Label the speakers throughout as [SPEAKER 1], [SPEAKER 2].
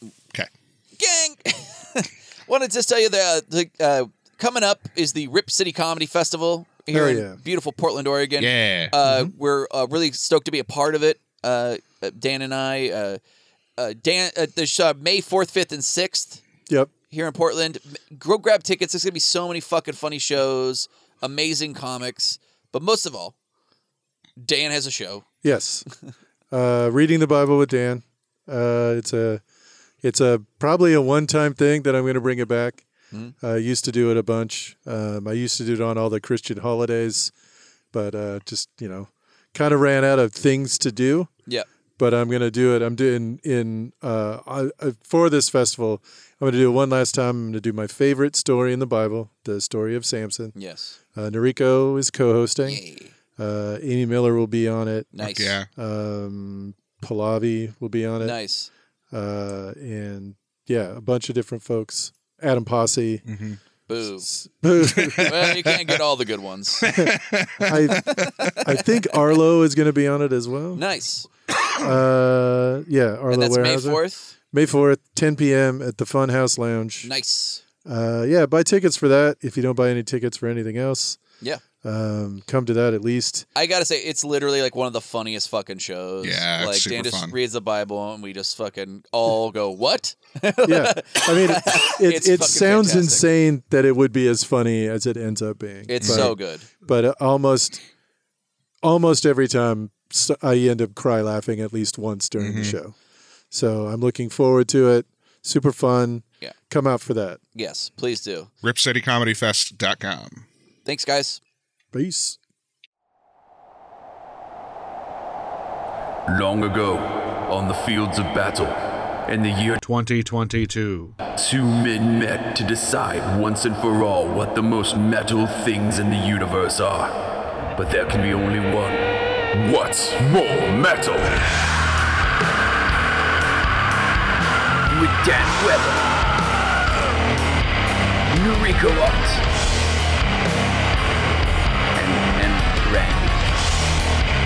[SPEAKER 1] wanted to just tell you that uh, the, uh, coming up is the Rip City Comedy Festival here
[SPEAKER 2] Oh,
[SPEAKER 1] in
[SPEAKER 2] yeah.
[SPEAKER 1] beautiful Portland, Oregon.
[SPEAKER 3] Yeah. Mm-hmm.
[SPEAKER 1] Uh, We're uh, really stoked to be a part of it. Uh, uh, Dan and I. Uh, uh, Dan, uh, there's uh, May fourth, fifth, and sixth
[SPEAKER 2] Yep.
[SPEAKER 1] here in Portland. M- Go grab tickets. There's gonna be so many fucking funny shows, amazing comics, but most of all, Dan has a show.
[SPEAKER 2] Yes. uh, reading the Bible with Dan. Uh, it's a, it's a probably a one-time thing that I'm going to bring it back. I used to do it a bunch. Um, I used to do it on all the Christian holidays, but uh, just you know, kind of ran out of things to do.
[SPEAKER 1] Yeah.
[SPEAKER 2] But I'm going to do it. I'm doing in uh, I, I, for this festival. I'm going to do it one last time. I'm going to do my favorite story in the Bible, the story of Samson.
[SPEAKER 1] Yes.
[SPEAKER 2] Uh, Noriko is co-hosting.
[SPEAKER 1] Yay.
[SPEAKER 2] Uh, Amy Miller will be on it.
[SPEAKER 1] Nice.
[SPEAKER 3] yeah.
[SPEAKER 2] Um, Pahlavi will be on it.
[SPEAKER 1] Nice.
[SPEAKER 2] Uh, and yeah, a bunch of different folks. Adam Posse.
[SPEAKER 1] Boo. Mm.
[SPEAKER 2] I,
[SPEAKER 1] well, you can't get all the good ones.
[SPEAKER 2] I think Arlo is going to be on it as well.
[SPEAKER 1] Nice.
[SPEAKER 2] Uh, yeah, Arlo
[SPEAKER 1] And that's May
[SPEAKER 2] Weyerhaeuser.
[SPEAKER 1] 4th.
[SPEAKER 2] May 4th, 10 p.m. at the Funhouse Lounge.
[SPEAKER 1] Nice.
[SPEAKER 2] Uh, yeah, buy tickets for that if you don't buy any tickets for anything else.
[SPEAKER 1] Yeah.
[SPEAKER 2] Um, come to that at least.
[SPEAKER 1] I gotta say, it's literally like one of the funniest fucking shows.
[SPEAKER 3] Yeah, it's
[SPEAKER 1] like
[SPEAKER 3] super
[SPEAKER 1] Dan just
[SPEAKER 3] fun.
[SPEAKER 1] reads the Bible and we just fucking all go, "What?"
[SPEAKER 2] Yeah. I mean, it, it,
[SPEAKER 1] It's
[SPEAKER 2] it
[SPEAKER 1] fucking
[SPEAKER 2] sounds
[SPEAKER 1] fantastic.
[SPEAKER 2] insane that it would be as funny as it ends up being.
[SPEAKER 1] It's
[SPEAKER 2] But-
[SPEAKER 1] so good.
[SPEAKER 2] but uh, almost almost every time s- I end up cry laughing at least once during
[SPEAKER 1] Mm-hmm.
[SPEAKER 2] the show. So I'm looking forward to it. Super fun.
[SPEAKER 1] Yeah.
[SPEAKER 2] Come out for that.
[SPEAKER 1] Yes, please do.
[SPEAKER 3] RipCityComedyFest.com.
[SPEAKER 1] Thanks, guys.
[SPEAKER 2] Peace.
[SPEAKER 4] Long ago, on the fields of battle, in the year
[SPEAKER 5] 2022.
[SPEAKER 4] two men met to decide once and for all what the most metal things in the universe are. But there can be only one. What's more metal? With Dan Weber, Noriko Ott, and, and Randy.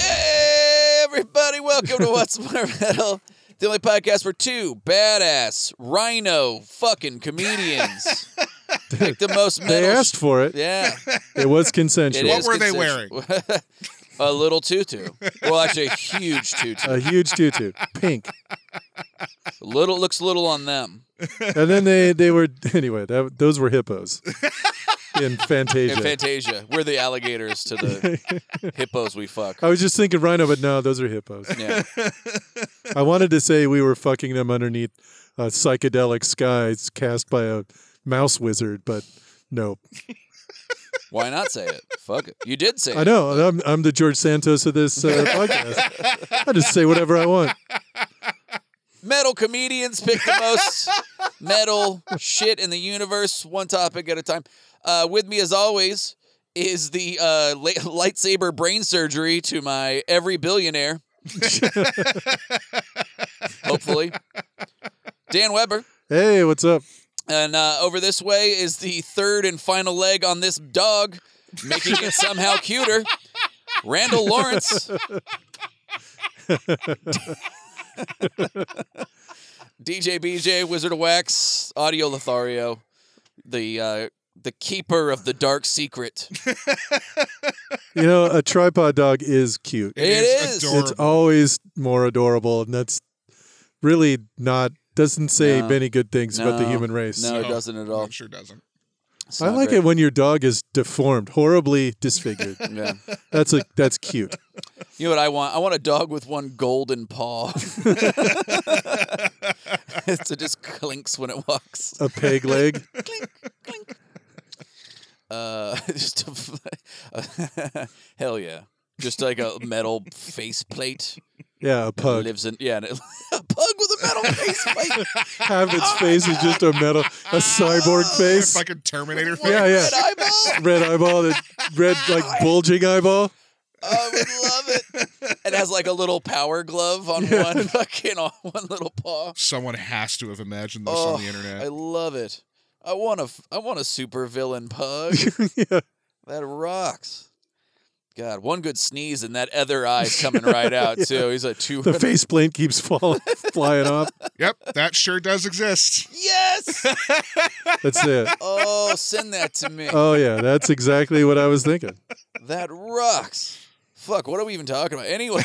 [SPEAKER 1] Hey, everybody, welcome to What's More Metal, the only podcast for two badass rhino fucking comedians. Pick the most metal.
[SPEAKER 2] They asked
[SPEAKER 1] sh-
[SPEAKER 2] for it.
[SPEAKER 1] yeah,
[SPEAKER 2] It was
[SPEAKER 1] it
[SPEAKER 2] consensual.
[SPEAKER 1] is
[SPEAKER 3] What were they
[SPEAKER 1] consensual. a little tutu. Well, actually, a huge tutu.
[SPEAKER 2] A huge tutu, pink,
[SPEAKER 1] Little looks little on them.
[SPEAKER 2] and then they they were anyway. That, those were hippos in Fantasia.
[SPEAKER 1] In Fantasia, we're the alligators to the hippos we fuck.
[SPEAKER 2] I was just thinking rhino, but no, those are hippos.
[SPEAKER 1] Yeah.
[SPEAKER 2] I wanted to say we were fucking them underneath uh, psychedelic skies cast by a mouse wizard, but no,
[SPEAKER 1] Why not say it? Fuck it. You did say
[SPEAKER 2] I
[SPEAKER 1] it.
[SPEAKER 2] know. and I'm, I'm the George Santos of this uh, podcast. I just say whatever I want.
[SPEAKER 1] Metal comedians pick the most metal shit in the universe, one topic at a time. Uh, with me, as always, is the uh, la- lightsaber brain surgery to my every billionaire. Hopefully. Dan Weber.
[SPEAKER 2] Hey, what's up?
[SPEAKER 1] And uh, over this way is the third and final leg on this dog, making it somehow cuter. Randall Lawrence. DJ BJ, Wizard of Wax, Audio Lothario, the uh, the keeper of the dark secret.
[SPEAKER 2] You know, a tripod dog is cute.
[SPEAKER 1] It
[SPEAKER 3] is
[SPEAKER 1] is.
[SPEAKER 3] adorable.
[SPEAKER 2] It's always more adorable, and that's really not doesn't say
[SPEAKER 1] No.
[SPEAKER 2] many good things about the
[SPEAKER 1] No.
[SPEAKER 2] human race.
[SPEAKER 1] No, it doesn't at all.
[SPEAKER 3] Oh, It sure doesn't.
[SPEAKER 1] It's
[SPEAKER 2] I
[SPEAKER 1] not
[SPEAKER 2] like
[SPEAKER 1] great.
[SPEAKER 2] it when your dog is deformed, horribly disfigured.
[SPEAKER 1] Yeah.
[SPEAKER 2] that's a that's cute.
[SPEAKER 1] You know what I want? I want a dog with one golden paw. so it just clinks when it walks.
[SPEAKER 2] A peg leg.
[SPEAKER 1] Uh, just a, hell yeah, just like a metal face plate.
[SPEAKER 2] Yeah, a pug.
[SPEAKER 1] Lives in yeah, and it, a pug with a metal face plate.
[SPEAKER 2] Half its face is just a metal, a cyborg face.
[SPEAKER 3] Fucking Terminator thing.
[SPEAKER 2] Yeah, yeah.
[SPEAKER 1] An eyeball.
[SPEAKER 2] Red eyeball, that red like bulging eyeball.
[SPEAKER 1] I would love it. It has like a little power glove on one fucking on one little paw.
[SPEAKER 3] Someone has to have imagined this on the internet.
[SPEAKER 1] I love it. I want a f- I want a super villain pug.
[SPEAKER 2] yeah.
[SPEAKER 1] That rocks. God, one good sneeze and that other eye's coming right out too. He's a two.
[SPEAKER 2] The faceplate keeps falling, flying off.
[SPEAKER 3] Yep, that sure does exist.
[SPEAKER 1] yes.
[SPEAKER 2] That's it.
[SPEAKER 1] Oh, send that to me.
[SPEAKER 2] Oh yeah, that's exactly what I was thinking.
[SPEAKER 1] That rocks. Fuck, what are we even talking about? Anyway,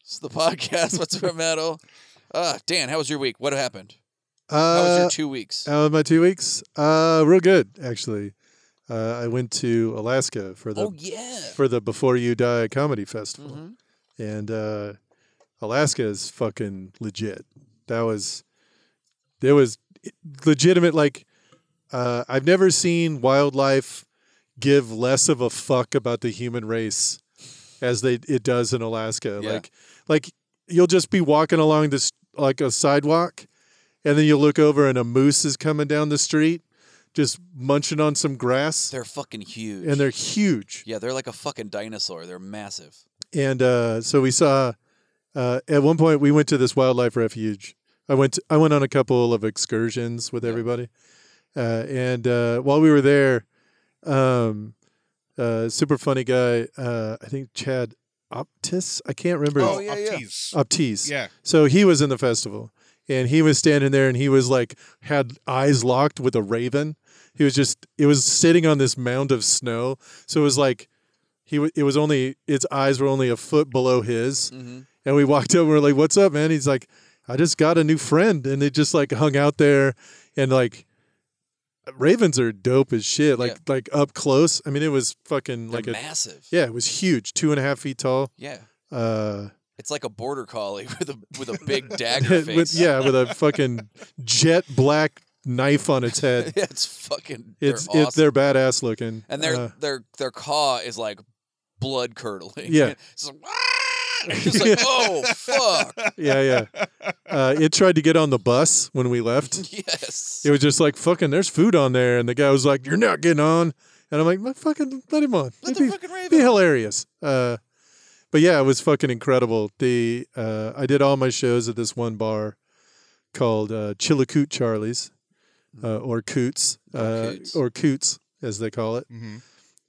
[SPEAKER 1] it's the podcast. What's for metal? Uh, Dan, how was your week? What happened? How was
[SPEAKER 2] Uh,
[SPEAKER 1] your two weeks?
[SPEAKER 2] how was my two weeks? Uh, real good actually. Uh, I went to Alaska for the Mm-hmm.
[SPEAKER 1] oh yeah.
[SPEAKER 2] for the Before You Die Comedy Festival.
[SPEAKER 1] Mhm.
[SPEAKER 2] and uh, Alaska is fucking legit. That was there was eh, legitimate like uh, I've never seen wildlife give less of a fuck about the human race as they it does in Alaska.
[SPEAKER 1] Yeah.
[SPEAKER 2] Like like you'll just be walking along this like a sidewalk and then you look over and a moose is coming down the street just munching on some grass
[SPEAKER 1] They're fucking huge.
[SPEAKER 2] and they're huge.
[SPEAKER 1] yeah, they're like a fucking dinosaur. They're massive.
[SPEAKER 2] and uh, so we saw. Uh, at one point, we went to this wildlife refuge. I went. I went on a couple of excursions with everybody, uh, and uh, while we were there, um, uh, super funny guy. Uh, I think Chad Optis. I can't remember.
[SPEAKER 1] Oh,
[SPEAKER 3] Oh,
[SPEAKER 1] yeah,
[SPEAKER 3] yeah,
[SPEAKER 1] yeah.
[SPEAKER 2] Uh,
[SPEAKER 3] yeah.
[SPEAKER 2] Optis. So he was in the festival and he was standing there and he was like had eyes locked with a raven. He was just it was sitting on this mound of snow. So it was like he wa- it was only its eyes were only a foot below his.
[SPEAKER 1] Mhm.
[SPEAKER 2] And we walked up and we are like, "What's up, man?" He's like, "I just got a new friend." And they just like hung out there and like ravens are dope as shit. Like like up close. I mean, it was fucking
[SPEAKER 1] They're
[SPEAKER 2] like a
[SPEAKER 1] massive.
[SPEAKER 2] yeah, it was huge, two and a half feet tall.
[SPEAKER 1] Yeah.
[SPEAKER 2] Uh
[SPEAKER 1] It's like a border collie with a with a big dagger face.
[SPEAKER 2] with, yeah, with a fucking jet black knife on its head.
[SPEAKER 1] Yeah, it's fucking. They're
[SPEAKER 2] It's
[SPEAKER 1] awesome.
[SPEAKER 2] it, they're badass looking,
[SPEAKER 1] and their
[SPEAKER 2] Uh,
[SPEAKER 1] their their caw is like blood curdling.
[SPEAKER 2] Yeah.
[SPEAKER 1] it's like, "Ah!" It's just like oh fuck
[SPEAKER 2] yeah, yeah. Uh, it tried to get on the bus when we left.
[SPEAKER 1] yes.
[SPEAKER 2] It was just like fucking. There's food on there, and the guy was like, "You're not getting on," and I'm like, "Let fucking let him on.
[SPEAKER 1] Let
[SPEAKER 2] It'd
[SPEAKER 1] the
[SPEAKER 2] be,
[SPEAKER 1] fucking
[SPEAKER 2] be
[SPEAKER 1] raven.
[SPEAKER 2] hilarious." Uh, but yeah, it was fucking incredible. The uh, I did all my shows at this one bar called uh, Chillicoot Charlie's, uh, or Coots, uh,
[SPEAKER 1] Hmm. Coots.
[SPEAKER 2] or Coots as they call it.
[SPEAKER 3] hmm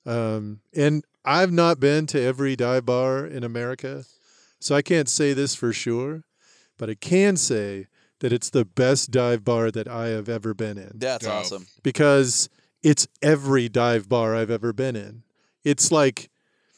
[SPEAKER 2] Um, and I've not been to every dive bar in America, so I can't say this for sure, but I can say that it's the best dive bar that I have ever been in
[SPEAKER 1] That's
[SPEAKER 3] Dope.
[SPEAKER 1] awesome.
[SPEAKER 2] because it's every dive bar I've ever been in. It's like,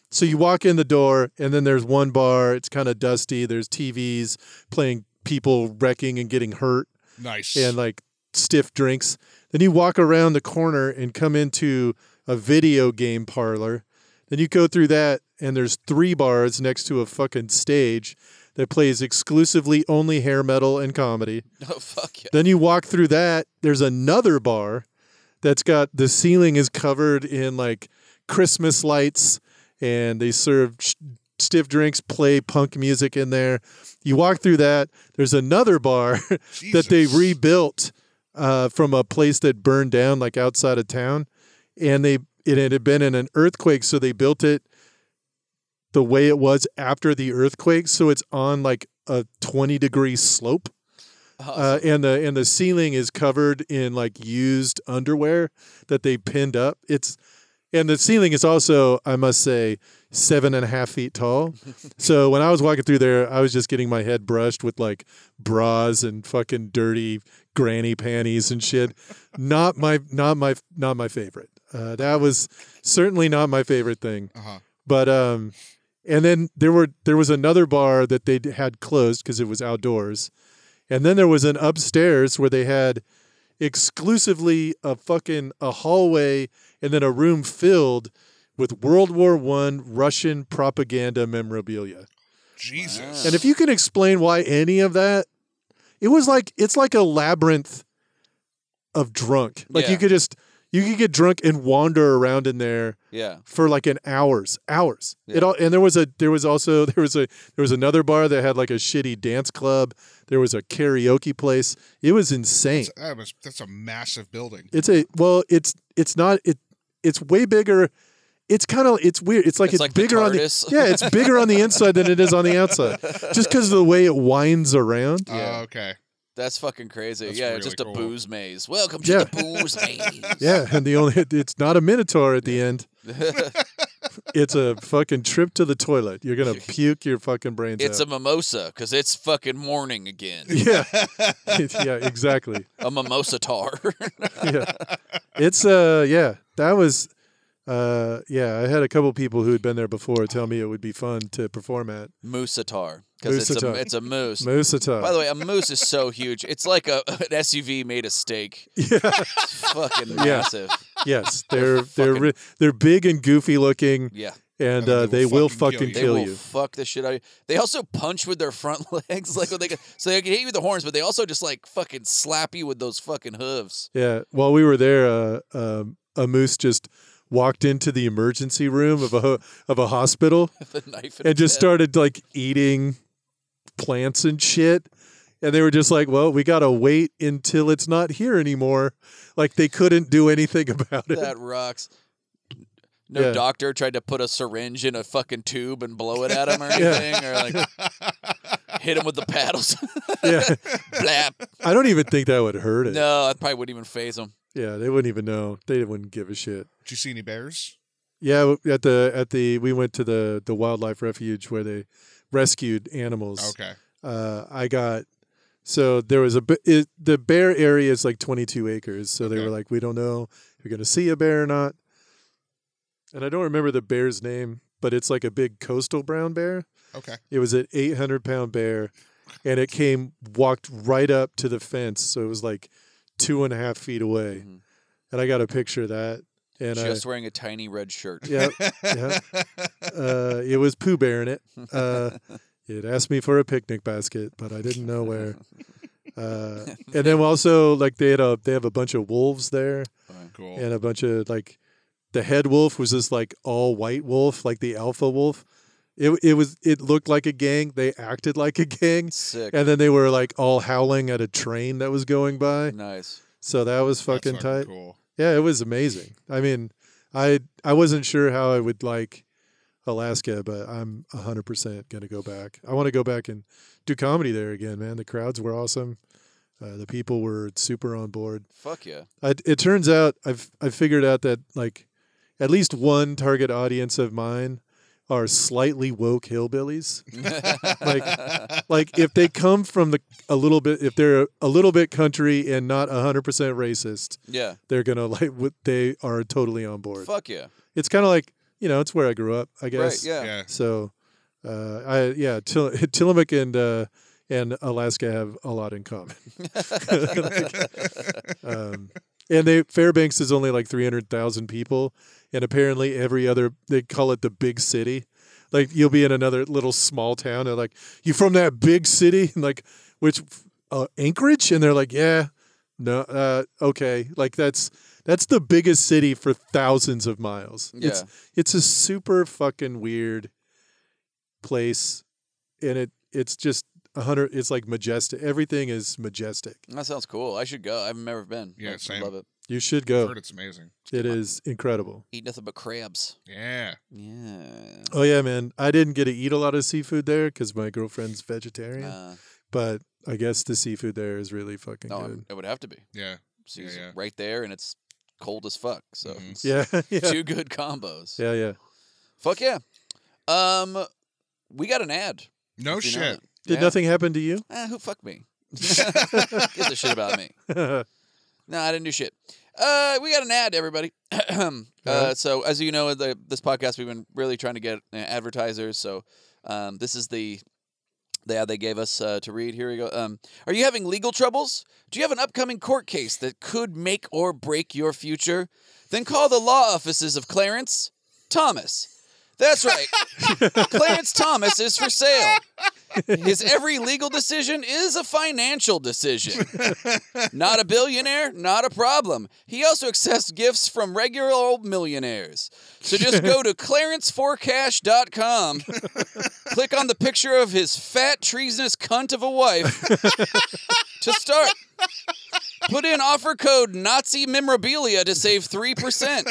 [SPEAKER 2] so you walk in the door, and then there's one bar, it's kind of dusty, there's TVs playing people wrecking and getting hurt
[SPEAKER 3] Nice.
[SPEAKER 2] and uh, like stiff drinks. Then you walk around the corner and come into a video game parlor. Then you go through that, and there's three bars next to a fucking stage that plays exclusively only hair metal and comedy.
[SPEAKER 1] Oh fuck yeah.
[SPEAKER 2] Then you walk through that, there's another bar that's got the ceiling is covered in like Christmas lights and they serve sh- stiff drinks, play punk music in there. You walk through that, there's another bar that they
[SPEAKER 3] Jesus.
[SPEAKER 2] rebuilt uh, from a place that burned down like outside of town and they it had been in an earthquake so they built it the way it was after the earthquake so it's on like a 20 degree slope uh,
[SPEAKER 1] Awesome.
[SPEAKER 2] and the and the ceiling is covered in like used underwear that they pinned up. It's and the ceiling is also, I must say, seven and a half feet tall. so when I was walking through there, I was just getting my head brushed with like bras and fucking dirty granny panties and shit. Not my not my not my favorite. Uh, that was certainly not my favorite thing
[SPEAKER 3] Uh-huh.
[SPEAKER 2] but um and then there were there was another bar that they had closed because it was outdoors and then there was an upstairs where they had exclusively a fucking a hallway and then a room filled with world war one russian propaganda memorabilia
[SPEAKER 3] Jesus.
[SPEAKER 2] and if you can explain why any of that it was like it's like a labyrinth of drunk like
[SPEAKER 1] Yeah.
[SPEAKER 2] you could just you could get drunk and wander around in there
[SPEAKER 1] yeah.
[SPEAKER 2] for like an hours, hours.
[SPEAKER 1] Yeah.
[SPEAKER 2] It all and there was a there was also there was a there was another bar that had like a shitty dance club. There was a karaoke place. It was insane.
[SPEAKER 3] That's- that was, that's a massive building.
[SPEAKER 2] It's a well, it's it's not it it's way bigger. It's kind of it's weird. It's like
[SPEAKER 1] It's
[SPEAKER 2] it's,
[SPEAKER 1] like the
[SPEAKER 2] bigger on the
[SPEAKER 1] TARDIS.
[SPEAKER 2] yeah. It's bigger on the inside than it is on the outside, just because of the way it winds around.
[SPEAKER 1] Yeah.
[SPEAKER 3] Oh, okay.
[SPEAKER 1] That's fucking crazy.
[SPEAKER 3] That's
[SPEAKER 1] yeah,
[SPEAKER 3] really
[SPEAKER 1] just a
[SPEAKER 3] cool.
[SPEAKER 1] booze maze. Welcome to
[SPEAKER 2] Yeah.
[SPEAKER 1] the booze maze.
[SPEAKER 2] Yeah, and the only it's not a minotaur at the end. It's a fucking trip to the toilet. You're gonna puke your fucking brains
[SPEAKER 1] It's a
[SPEAKER 2] out.
[SPEAKER 1] mimosa because it's fucking morning again.
[SPEAKER 2] yeah, yeah, exactly.
[SPEAKER 1] A mimosa tar.
[SPEAKER 2] yeah. It's uh yeah, that was uh yeah, I had a couple people who had been there before tell me it would be fun to perform at
[SPEAKER 1] moose tar. Because it's a,
[SPEAKER 2] Moosatar.
[SPEAKER 1] it's a moose.
[SPEAKER 2] Moosata.
[SPEAKER 1] By the way, a moose is so huge. It's like a, an SUV made of steak. It's fucking massive.
[SPEAKER 2] yes, they're they're re- they're big and goofy looking
[SPEAKER 1] Yeah.
[SPEAKER 2] and
[SPEAKER 3] I mean,
[SPEAKER 2] uh, they will fucking
[SPEAKER 1] They
[SPEAKER 2] kill
[SPEAKER 1] will
[SPEAKER 2] you.
[SPEAKER 1] fuck the shit out of you. They also punch with their front legs, like when they go- so they can hit you with the horns, but they also just like fucking slap you with those fucking hooves.
[SPEAKER 2] Yeah, while we were there, uh, um, a moose just walked into the emergency room of a ho- of a hospital
[SPEAKER 1] The knife in
[SPEAKER 2] and
[SPEAKER 1] his
[SPEAKER 2] just
[SPEAKER 1] head.
[SPEAKER 2] started like eating plants and shit. And they were just like, well, we got to wait until it's not here anymore. Like they couldn't do anything about it.
[SPEAKER 1] That rocks. No
[SPEAKER 2] Yeah.
[SPEAKER 1] doctor tried to put a syringe in a fucking tube and blow it at him or anything, or like hit him with the paddles.
[SPEAKER 2] yeah.
[SPEAKER 1] Blap.
[SPEAKER 2] I don't even think that would hurt it.
[SPEAKER 1] No, I probably wouldn't even phase him.
[SPEAKER 2] Yeah, they wouldn't even know. They wouldn't give a shit.
[SPEAKER 3] Did you see any bears?
[SPEAKER 2] Yeah, w- at the at the we went to the the wildlife refuge where they rescued animals.
[SPEAKER 3] Okay.
[SPEAKER 2] uh, I got so there was a b- it, the bear area is like 22 acres, so they
[SPEAKER 3] Okay.
[SPEAKER 2] were like, we don't know if you're gonna see a bear or not. And I don't remember the bear's name, but it's like a big coastal brown bear.
[SPEAKER 3] Okay.
[SPEAKER 2] It was an 800 pound bear, and it came walked right up to the fence, so it was like two and a half feet away.
[SPEAKER 1] Mhm.
[SPEAKER 2] And I got a picture of that, and
[SPEAKER 1] Just wearing a tiny red shirt.
[SPEAKER 2] I, yeah, yeah. Uh, it was Pooh Bear in it. Uh, it asked me for a picnic basket, but I didn't know where. Uh, and then also, like they had a they have a bunch of wolves there,
[SPEAKER 3] cool.
[SPEAKER 2] and a bunch of like the head wolf was this like all white wolf, like the alpha wolf. It it was it looked like a gang. They acted like a gang,
[SPEAKER 1] Sick.
[SPEAKER 2] and then they were like all howling at a train that was going by.
[SPEAKER 1] Nice.
[SPEAKER 2] So that was
[SPEAKER 3] That's
[SPEAKER 2] fucking tight.
[SPEAKER 3] Cool.
[SPEAKER 2] Yeah, it was amazing. I mean, I I wasn't sure how I would like Alaska, but I'm 100% going to go back. I want to go back and do comedy there again, man. The crowds were awesome. Uh, the people were super on board.
[SPEAKER 1] Fuck yeah.
[SPEAKER 2] I, it turns out I've I figured out that like at least one target audience of mine are slightly woke hillbillies. like like if they come from the a little bit if they're a little bit country and not 100% racist,
[SPEAKER 1] Yeah.
[SPEAKER 2] they're gonna like what they are totally on board.
[SPEAKER 1] Fuck yeah.
[SPEAKER 2] It's kind of like you know, it's where I grew up, I guess.
[SPEAKER 1] Right. Yeah.
[SPEAKER 3] Yeah.
[SPEAKER 2] So, uh, I yeah, Till- Tillamook and uh, and Alaska have a lot in common. Like, um, and they Fairbanks is only like three hundred thousand people, and apparently every other they call it the big city. Like you'll be in another little small town, and like you from that big city, and like which uh, Anchorage, and they're like, yeah, no, uh, okay, like that's that's the biggest city for thousands of miles. It's
[SPEAKER 1] Yeah.
[SPEAKER 2] it's a super fucking weird place, and it it's just a hundred. It's like majestic. Everything is majestic.
[SPEAKER 1] That sounds cool. I should go. I've never been.
[SPEAKER 3] Yeah,
[SPEAKER 1] I would
[SPEAKER 3] same.
[SPEAKER 1] Love it.
[SPEAKER 2] You should
[SPEAKER 3] I've
[SPEAKER 2] go.
[SPEAKER 3] heard it's amazing.
[SPEAKER 2] It is incredible.
[SPEAKER 1] Eat nothing but crabs.
[SPEAKER 3] Yeah.
[SPEAKER 1] Yeah.
[SPEAKER 2] Oh yeah, man. I didn't get to eat a lot of seafood there because my girlfriend's vegetarian,
[SPEAKER 1] Uh,
[SPEAKER 2] but I guess the seafood there is really fucking
[SPEAKER 1] no,
[SPEAKER 2] good.
[SPEAKER 1] it would have to be.
[SPEAKER 3] Yeah.
[SPEAKER 1] So
[SPEAKER 3] Yeah,
[SPEAKER 1] he's
[SPEAKER 3] yeah.
[SPEAKER 1] right there, and it's cold as fuck. So
[SPEAKER 3] Mhm.
[SPEAKER 1] it's
[SPEAKER 2] Yeah, yeah,
[SPEAKER 1] two good combos.
[SPEAKER 2] yeah, yeah.
[SPEAKER 1] Fuck yeah. Um, we got an ad.
[SPEAKER 3] No
[SPEAKER 1] if you know
[SPEAKER 3] shit.
[SPEAKER 1] it.
[SPEAKER 2] Did
[SPEAKER 1] Yeah.
[SPEAKER 2] nothing happen to you?
[SPEAKER 1] Eh, who fucked me? Gives a shit about me. No, I didn't do shit. Uh, we got an ad, everybody. uh,
[SPEAKER 2] Alright.
[SPEAKER 1] so as you know, the, this podcast we've been really trying to get uh, advertisers. So um, this is the the ad they gave us uh, to read. Here we go. Um, are you having legal troubles? Do you have an upcoming court case that could make or break your future? Then call the law offices of Clarence Thomas. That's right. Clarence Thomas is for sale. His every legal decision is a financial decision. Not a billionaire, not a problem. He also accepts gifts from regular old millionaires. So just go to clarenceforcash.com, click on the picture of his fat, treasonous cunt of a wife to start. Put in offer code Nazi memorabilia to save 3%.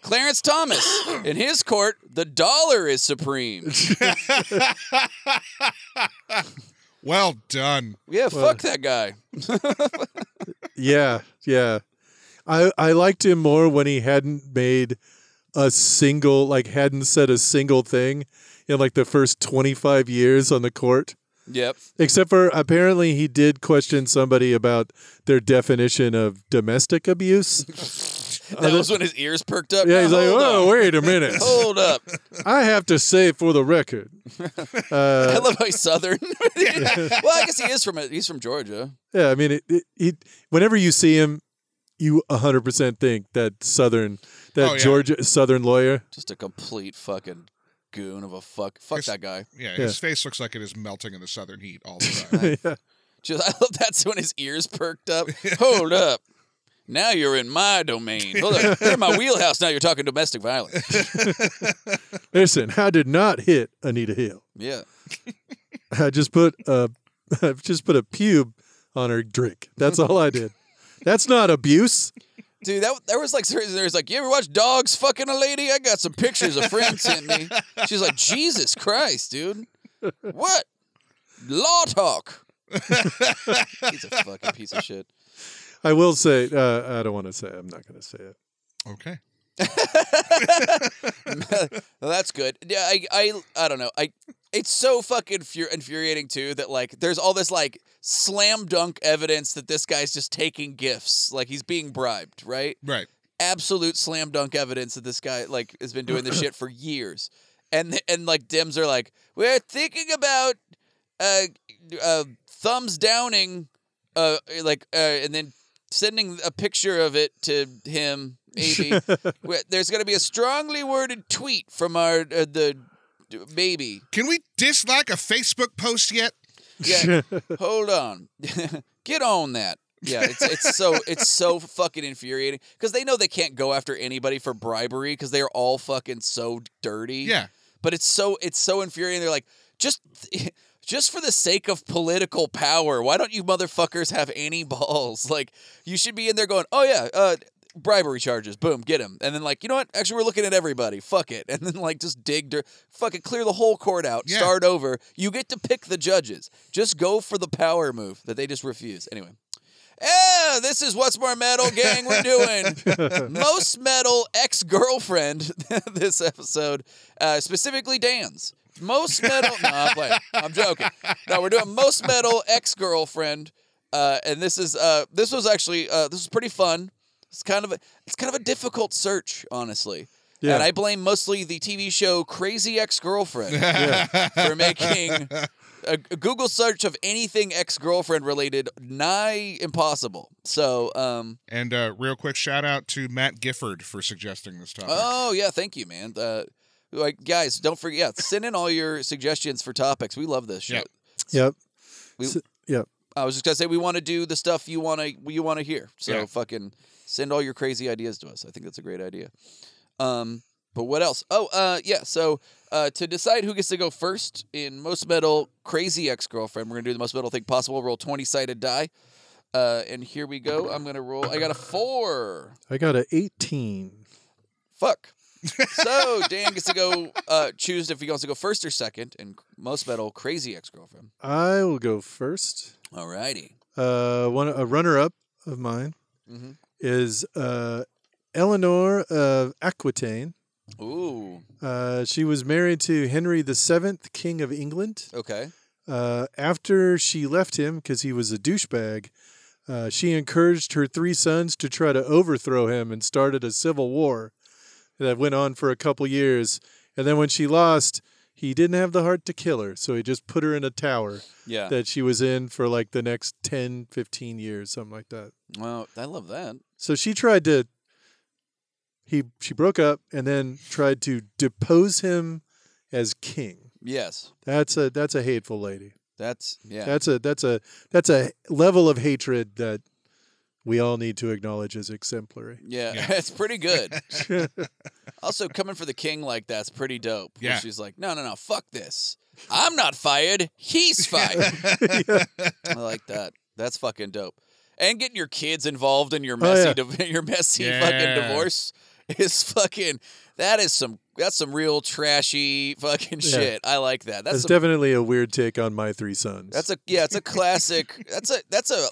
[SPEAKER 1] Clarence Thomas. In his court, the dollar is supreme.
[SPEAKER 3] Well done.
[SPEAKER 1] Yeah, fuck that guy.
[SPEAKER 2] Yeah, yeah. I I liked him more when he hadn't made a single like hadn't said a single thing in like the first 25 years on the court
[SPEAKER 1] Yep.
[SPEAKER 2] except for apparently he did question somebody about their definition of domestic abuse
[SPEAKER 1] That was when his ears perked up.
[SPEAKER 2] yeah he's
[SPEAKER 1] Now,
[SPEAKER 2] like
[SPEAKER 1] hold
[SPEAKER 2] oh
[SPEAKER 1] up.
[SPEAKER 2] wait a minute
[SPEAKER 1] Hold up.
[SPEAKER 2] i have to say for the record uh,
[SPEAKER 1] I love how he's southern. well, I guess he is from he's from Georgia.
[SPEAKER 2] Yeah, I mean, it, it, it, whenever you see him, you 100% think that Southern, that
[SPEAKER 3] Oh, yeah.
[SPEAKER 2] Georgia Southern lawyer.
[SPEAKER 1] Just a complete fucking goon of a fuck. Fuck
[SPEAKER 3] Yes.
[SPEAKER 1] that guy.
[SPEAKER 3] Yeah, his face looks like it is melting in the southern heat all the time.
[SPEAKER 2] yeah.
[SPEAKER 1] Just I love that's when his ears perked up. Hold up. Now you're in my domain. Hold up. You're in my wheelhouse. Now you're talking domestic violence.
[SPEAKER 2] Listen, I did not hit Anita Hill.
[SPEAKER 1] Yeah.
[SPEAKER 2] I just put a, I just put a pube on her drink. That's all I did. That's not abuse.
[SPEAKER 1] Dude, that there was like seriously, there was like, you ever watch dogs fucking a lady? I got some pictures a friend sent me. She's like, Jesus Christ, dude, what law talk? He's a fucking piece of shit.
[SPEAKER 2] I will say, uh, I don't want to say. I'm not going to say it.
[SPEAKER 3] Okay.
[SPEAKER 1] well, that's good. Yeah, I, I, I don't know. I, it's so fucking infuri- infuriating too that like there's all this like slam dunk evidence that this guy's just taking gifts, like he's being bribed, right?
[SPEAKER 3] Right.
[SPEAKER 1] absolute slam dunk evidence that this guy like has been doing this shit for years. And th- and like Dims are like, we're thinking about uh, uh thumbs downing, uh like uh, and then sending a picture of it to him. Maybe We're- there's gonna be a strongly worded tweet from our uh, the maybe.
[SPEAKER 3] Can we dislike a Facebook post yet?
[SPEAKER 1] Yeah, hold on, get on that. Yeah, it's, it's so it's so fucking infuriating because they know they can't go after anybody for bribery because they are all fucking so dirty.
[SPEAKER 3] Yeah.
[SPEAKER 1] but it's so it's so infuriating. They're like, just just for the sake of political power, why don't you motherfuckers have any balls? Like, you should be in there going, oh yeah, uh, bribery charges, boom, get him, and then like, you know what? Actually, we're looking at everybody. Fuck it, and then like just dig, dir- fucking clear the whole court out,
[SPEAKER 3] Yeah.
[SPEAKER 1] start over. You get to pick the judges. Just go for the power move that they just refuse. Anyway. Yeah, "Eh, this is what's more metal gang we're doing. Most metal ex girlfriend this episode, uh, specifically Dan's. Most metal. No, I'm playing. I'm joking. No, we're doing most metal ex girlfriend, uh, and this is uh, this was actually uh, this was pretty fun. It's kind of a, it's kind of a difficult search, honestly.
[SPEAKER 2] Yeah.
[SPEAKER 1] And I blame mostly the TV show Crazy Ex Girlfriend for making a, a Google search of anything ex girlfriend related nigh impossible. So, um,
[SPEAKER 3] And uh, real quick shout out to Matt Gifford for suggesting this topic.
[SPEAKER 1] oh yeah, thank you, man. Uh, like guys, don't forget, yeah, send in all your suggestions for topics. We love this shit.
[SPEAKER 3] Yeah.
[SPEAKER 2] Yep.
[SPEAKER 1] We-
[SPEAKER 2] S- yep.
[SPEAKER 1] I was just gonna say we want to do the stuff you want to you want to hear. So
[SPEAKER 3] Yeah.
[SPEAKER 1] fucking send all your crazy ideas to us. I think that's a great idea. Um, but what else? Oh, uh, yeah. So uh, to decide who gets to go first in most metal crazy ex girlfriend, we're gonna do the most metal thing possible. Roll twenty sided die. Uh, and here we go. I'm gonna roll. I got a four.
[SPEAKER 2] I got a 18.
[SPEAKER 1] Fuck. so Dan gets to go uh, choose if he wants to go first or second. And most metal crazy ex girlfriend.
[SPEAKER 2] I will go first.
[SPEAKER 1] Alrighty.
[SPEAKER 2] Uh, one a runner up of mine
[SPEAKER 1] Mhm.
[SPEAKER 2] is uh, Eleanor of Aquitaine.
[SPEAKER 1] Ooh.
[SPEAKER 2] Uh, she was married to Henry VII, King of England.
[SPEAKER 1] Okay.
[SPEAKER 2] Uh, after she left him because he was a douchebag, uh, she encouraged her three sons to try to overthrow him and started a civil war that went on for a couple years. And then when she lost, he didn't have the heart to kill her, so he just put her in a tower
[SPEAKER 1] Yeah.
[SPEAKER 2] that she was in for like the next 10, 15 years, something like that.
[SPEAKER 1] Well, I love that.
[SPEAKER 2] So she tried to he she broke up and then tried to depose him as king.
[SPEAKER 1] Yes.
[SPEAKER 2] That's a that's a hateful lady.
[SPEAKER 1] That's yeah.
[SPEAKER 2] That's a that's a that's a level of hatred that we all need to acknowledge as exemplary.
[SPEAKER 1] yeah,
[SPEAKER 3] Yeah.
[SPEAKER 1] it's pretty good. also, coming for the king like that's pretty dope. where
[SPEAKER 3] Yeah.
[SPEAKER 1] she's like, no, no, no, fuck this. I'm not fired. He's fired. I like that. That's fucking dope. And getting your kids involved in your
[SPEAKER 2] Oh,
[SPEAKER 1] messy,
[SPEAKER 2] yeah.
[SPEAKER 1] div- your messy
[SPEAKER 3] Yeah.
[SPEAKER 1] fucking divorce is fucking. That is some That's some real trashy fucking
[SPEAKER 2] Yeah.
[SPEAKER 1] shit. I like that. That's
[SPEAKER 2] That's
[SPEAKER 1] some,
[SPEAKER 2] definitely a weird take on my three sons.
[SPEAKER 1] that's a yeah. It's a classic. that's a that's a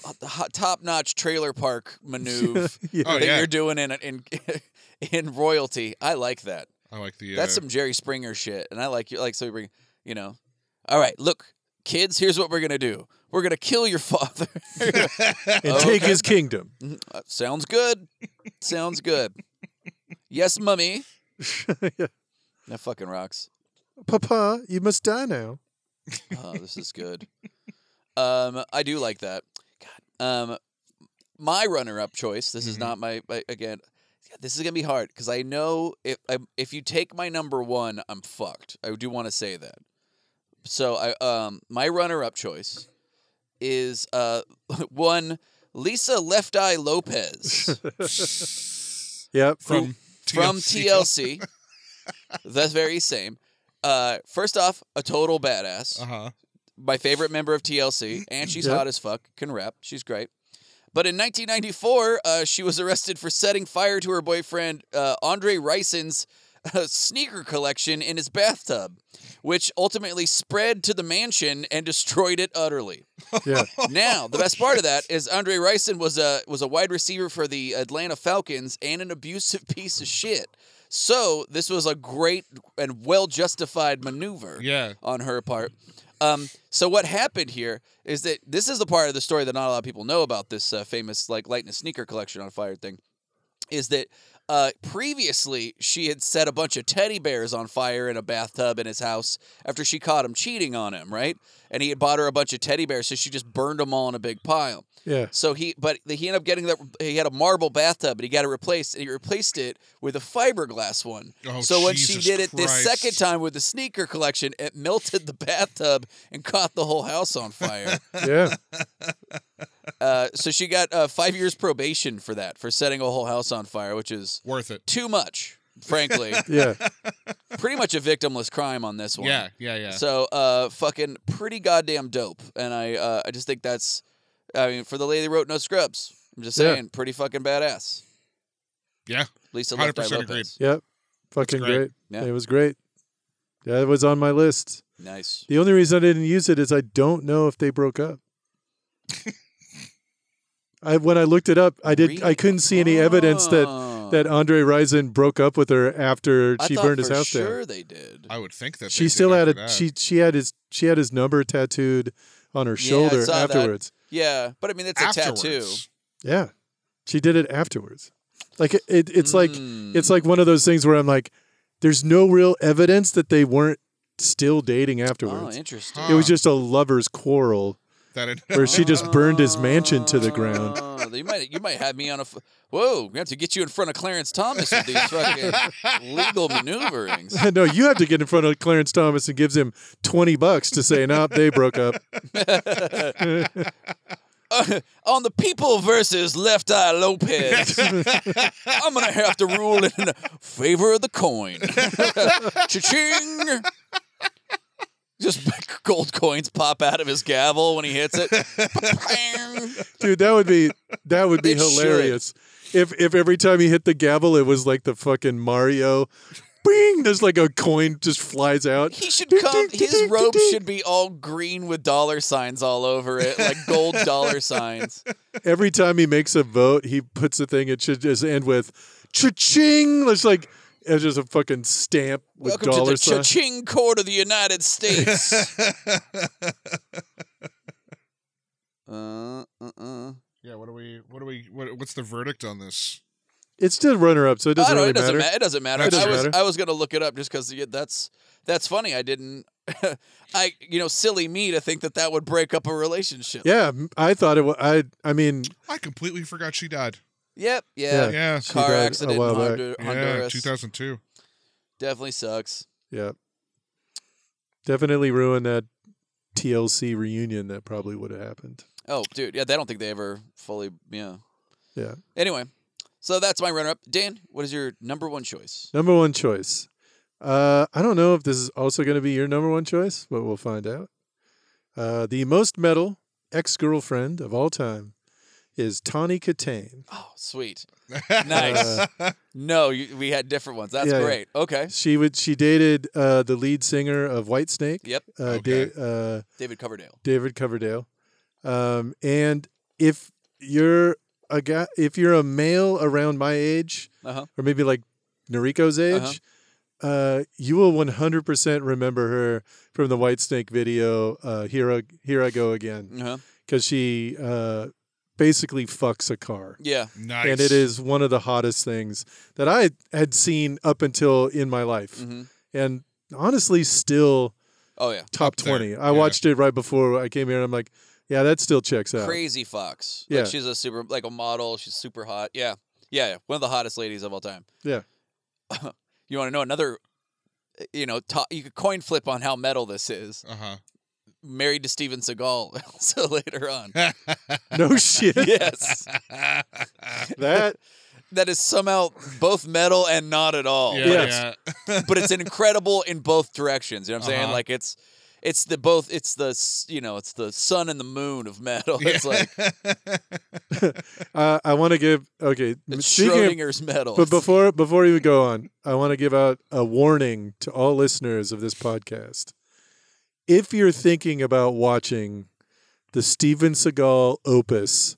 [SPEAKER 1] top notch trailer park maneuver
[SPEAKER 2] yeah.
[SPEAKER 3] Oh,
[SPEAKER 1] that
[SPEAKER 3] yeah.
[SPEAKER 1] you're doing in in in royalty. I like that.
[SPEAKER 3] I like the.
[SPEAKER 1] That's
[SPEAKER 3] uh,
[SPEAKER 1] some Jerry Springer shit, and I like you. Like so, we bring you know. All right, look, kids. Here's what we're gonna do. We're gonna kill your father.
[SPEAKER 2] and
[SPEAKER 1] Oh,
[SPEAKER 2] take
[SPEAKER 1] okay.
[SPEAKER 2] his kingdom.
[SPEAKER 1] Uh, sounds good. Sounds good. yes, mummy.
[SPEAKER 2] Yeah.
[SPEAKER 1] That fucking rocks.
[SPEAKER 2] Papa, you must die now.
[SPEAKER 1] Oh, this is good. um, I do like that. God. Um, my runner-up choice. This is
[SPEAKER 3] Mhm.
[SPEAKER 1] not my, my again. God, This is gonna be hard because I know if I, if you take my number one, I'm fucked. I do want to say that. So I um my runner-up choice is uh one Lisa Left Eye Lopez
[SPEAKER 2] Yep.
[SPEAKER 3] from
[SPEAKER 1] oh. from TLC, the very same. Uh, first off, a total badass.
[SPEAKER 3] Uh huh.
[SPEAKER 1] my favorite member of TLC, and she's
[SPEAKER 2] Yeah.
[SPEAKER 1] hot as fuck, can rap. She's great. But in 1994, uh, she was arrested for setting fire to her boyfriend uh, Andre Ryson's uh, sneaker collection in his bathtub, which ultimately spread to the mansion and destroyed it utterly.
[SPEAKER 2] Yeah.
[SPEAKER 1] Now, the best part of that is Andre Rison was a was a wide receiver for the Atlanta Falcons and an abusive piece of shit. So this was a great and well justified maneuver
[SPEAKER 3] Yeah.
[SPEAKER 1] on her part. Um, so what happened here is that this is the part of the story that not a lot of people know about this uh, famous like lightning sneaker collection on fire thing, is that uh, previously she had set a bunch of teddy bears on fire in a bathtub in his house after she caught him cheating on him, right? And he had bought her a bunch of teddy bears, so she just burned them all in a big pile.
[SPEAKER 2] Yeah.
[SPEAKER 1] So he, but he ended up getting that. He had a marble bathtub, and he got it replaced, and he replaced it with a fiberglass one.
[SPEAKER 3] Oh,
[SPEAKER 1] so when
[SPEAKER 3] Jesus
[SPEAKER 1] she did it this
[SPEAKER 3] Christ.
[SPEAKER 1] second time with the sneaker collection, it melted the bathtub and caught the whole house on fire.
[SPEAKER 2] Yeah.
[SPEAKER 1] uh, so she got uh, five years probation for that for setting a whole house on fire, which is
[SPEAKER 3] Worth it.
[SPEAKER 1] too much, frankly.
[SPEAKER 2] Yeah.
[SPEAKER 1] Pretty much a victimless crime on this one.
[SPEAKER 3] Yeah. Yeah. Yeah.
[SPEAKER 1] So, uh, fucking pretty goddamn dope, and I, uh, I just think that's, I mean, for the lady who wrote No Scrubs, I'm just
[SPEAKER 2] Yeah.
[SPEAKER 1] saying, pretty fucking badass.
[SPEAKER 3] yeah.
[SPEAKER 1] Lisa
[SPEAKER 3] 100%
[SPEAKER 1] Left Eye Lopez.
[SPEAKER 3] agreed.
[SPEAKER 2] Yep. Fucking
[SPEAKER 3] great.
[SPEAKER 2] great.
[SPEAKER 1] Yeah.
[SPEAKER 2] It was great. Yeah, it was on my list.
[SPEAKER 1] Nice.
[SPEAKER 2] The only reason I didn't use it is I don't know if they broke up. I when I looked it up, I did I
[SPEAKER 1] Really?
[SPEAKER 2] couldn't see any evidence that
[SPEAKER 1] Oh.
[SPEAKER 2] that Andre Rison broke up with her after
[SPEAKER 1] I
[SPEAKER 2] she
[SPEAKER 1] thought
[SPEAKER 2] burned his
[SPEAKER 1] for
[SPEAKER 2] house down.
[SPEAKER 1] sure they did.
[SPEAKER 3] I would think that
[SPEAKER 2] she
[SPEAKER 3] they
[SPEAKER 2] still
[SPEAKER 3] did
[SPEAKER 2] had
[SPEAKER 3] after
[SPEAKER 2] a
[SPEAKER 3] that.
[SPEAKER 2] she she had his she had his number tattooed on her
[SPEAKER 1] Yeah, I
[SPEAKER 2] shoulder
[SPEAKER 1] saw that.
[SPEAKER 2] afterwards.
[SPEAKER 1] Yeah, but I mean, it's a tattoo.
[SPEAKER 3] Afterwards.
[SPEAKER 2] Yeah. She did it afterwards. Like it, it it's like
[SPEAKER 1] Mm.
[SPEAKER 2] it's like one of those things where I'm like there's no real evidence that they weren't still dating
[SPEAKER 1] oh,
[SPEAKER 2] afterwards.
[SPEAKER 1] interesting.
[SPEAKER 2] it was
[SPEAKER 3] huh.
[SPEAKER 2] just a lover's quarrel
[SPEAKER 3] That it,
[SPEAKER 2] where she just burned his mansion to the ground.
[SPEAKER 1] Oh, you might you might have me on a. F- Whoa, we have to get you in front of Clarence Thomas with these fucking legal maneuverings.
[SPEAKER 2] no, you have to get in front of Clarence Thomas and gives him 20 bucks to say, nope, they broke up.
[SPEAKER 1] Uh, on the people versus Left Eye Lopez, I'm gonna have to rule in favor of the coin. Cha-ching! Just gold coins pop out of his gavel when he hits it. Bang!
[SPEAKER 2] Dude, that would be that would be
[SPEAKER 1] It should.
[SPEAKER 2] hilarious. If if every time he hit the gavel it was like the fucking Mario Bing, there's like a coin just flies out.
[SPEAKER 1] He should
[SPEAKER 2] Ding,
[SPEAKER 1] come.
[SPEAKER 2] ding,
[SPEAKER 1] His
[SPEAKER 2] ding, ding,
[SPEAKER 1] robe
[SPEAKER 2] ding.
[SPEAKER 1] should be all green with dollar signs all over it, like gold dollar signs.
[SPEAKER 2] Every time he makes a vote, he puts a thing. It should just end with cha-ching. It's like it's just a fucking stamp with
[SPEAKER 1] Welcome to
[SPEAKER 2] dollar
[SPEAKER 1] the
[SPEAKER 2] sign.
[SPEAKER 1] Cha-Ching Court of the United States. uh, uh-uh.
[SPEAKER 3] yeah. What are we? What are we? What, what's the verdict on this?
[SPEAKER 2] It's still runner-up, so it
[SPEAKER 1] I
[SPEAKER 2] doesn't
[SPEAKER 1] don't, Oh,
[SPEAKER 2] really
[SPEAKER 1] it doesn't
[SPEAKER 2] matter.
[SPEAKER 1] matter. It doesn't matter.
[SPEAKER 2] It doesn't
[SPEAKER 1] I was
[SPEAKER 2] matter.
[SPEAKER 1] I was gonna look it up just because that's that's funny. I didn't. I you know silly me to think that that would break up a relationship.
[SPEAKER 2] Yeah, m- I thought it. Was, I I mean,
[SPEAKER 3] I completely forgot she died.
[SPEAKER 1] Yep. Yeah.
[SPEAKER 3] Yeah.
[SPEAKER 2] She
[SPEAKER 1] Car
[SPEAKER 2] died a
[SPEAKER 1] accident in
[SPEAKER 2] while back.
[SPEAKER 1] Hondu-
[SPEAKER 3] Yeah.
[SPEAKER 1] Honduras.
[SPEAKER 3] 2002.
[SPEAKER 1] Definitely sucks.
[SPEAKER 2] yeah, definitely ruined that TLC reunion that probably would have happened.
[SPEAKER 1] Oh, dude. Yeah, they don't think they ever fully. Yeah.
[SPEAKER 2] Yeah,
[SPEAKER 1] Anyway, so that's my runner-up. Dan, what is your number one choice?
[SPEAKER 2] number one choice. Uh, I don't know if this is also going to be your number one choice, but we'll find out. Uh, the most metal ex girlfriend of all time is Tawny Katane.
[SPEAKER 1] Oh, sweet. Nice. no, you, we had different ones. That's
[SPEAKER 2] Yeah, yeah.
[SPEAKER 1] great. Okay.
[SPEAKER 2] She would. She dated uh, the lead singer of Whitesnake.
[SPEAKER 1] Yep.
[SPEAKER 2] Uh,
[SPEAKER 3] Okay.
[SPEAKER 2] Da- uh,
[SPEAKER 1] David Coverdale.
[SPEAKER 2] David Coverdale. Um, and if you're a guy, if you're a male around my age,
[SPEAKER 1] Uh-huh.
[SPEAKER 2] or maybe like Noriko's
[SPEAKER 3] Uh-huh.
[SPEAKER 2] age, uh you will 100% remember her from the Whitesnake video. Uh, here, I, here I go
[SPEAKER 3] Mm.
[SPEAKER 2] again,
[SPEAKER 1] Uh-huh.
[SPEAKER 2] because she uh, basically fucks a car.
[SPEAKER 1] Yeah.
[SPEAKER 3] Nice.
[SPEAKER 2] And it is one of the hottest things that I had seen up until in my life.
[SPEAKER 3] Mm-hmm.
[SPEAKER 1] hmm
[SPEAKER 2] and honestly still
[SPEAKER 1] Oh yeah.
[SPEAKER 2] top
[SPEAKER 3] there,
[SPEAKER 2] 20 i
[SPEAKER 3] yeah.
[SPEAKER 2] watched it right before i came here and i'm like yeah that still checks out
[SPEAKER 1] Crazy Fox.
[SPEAKER 2] Yeah.
[SPEAKER 1] Like she's a super like a model. She's super hot. Yeah. Yeah. yeah. One of the hottest ladies of all time.
[SPEAKER 2] Yeah.
[SPEAKER 1] you want to know another? eh, You know, to you could coin flip on how metal this is.
[SPEAKER 3] Uh
[SPEAKER 1] Married to Steven Seagal. also later on.
[SPEAKER 2] no shit
[SPEAKER 1] yes.
[SPEAKER 3] huh.
[SPEAKER 2] that
[SPEAKER 1] That is somehow both metal and not at all.
[SPEAKER 3] yeah.
[SPEAKER 2] Yes.
[SPEAKER 3] yeah.
[SPEAKER 1] but it's incredible in both directions. You know what I'm saying?
[SPEAKER 3] Uh-huh.
[SPEAKER 1] Like it's it's the both it's the s- you know it's the sun and the moon of metal. It's like
[SPEAKER 2] uh, i want to give okay
[SPEAKER 1] it's
[SPEAKER 2] speaking of-
[SPEAKER 1] Schrodinger's metal.
[SPEAKER 2] but before before you go on i want to give out a warning to all listeners of this podcast if you're thinking about watching the steven seagal opus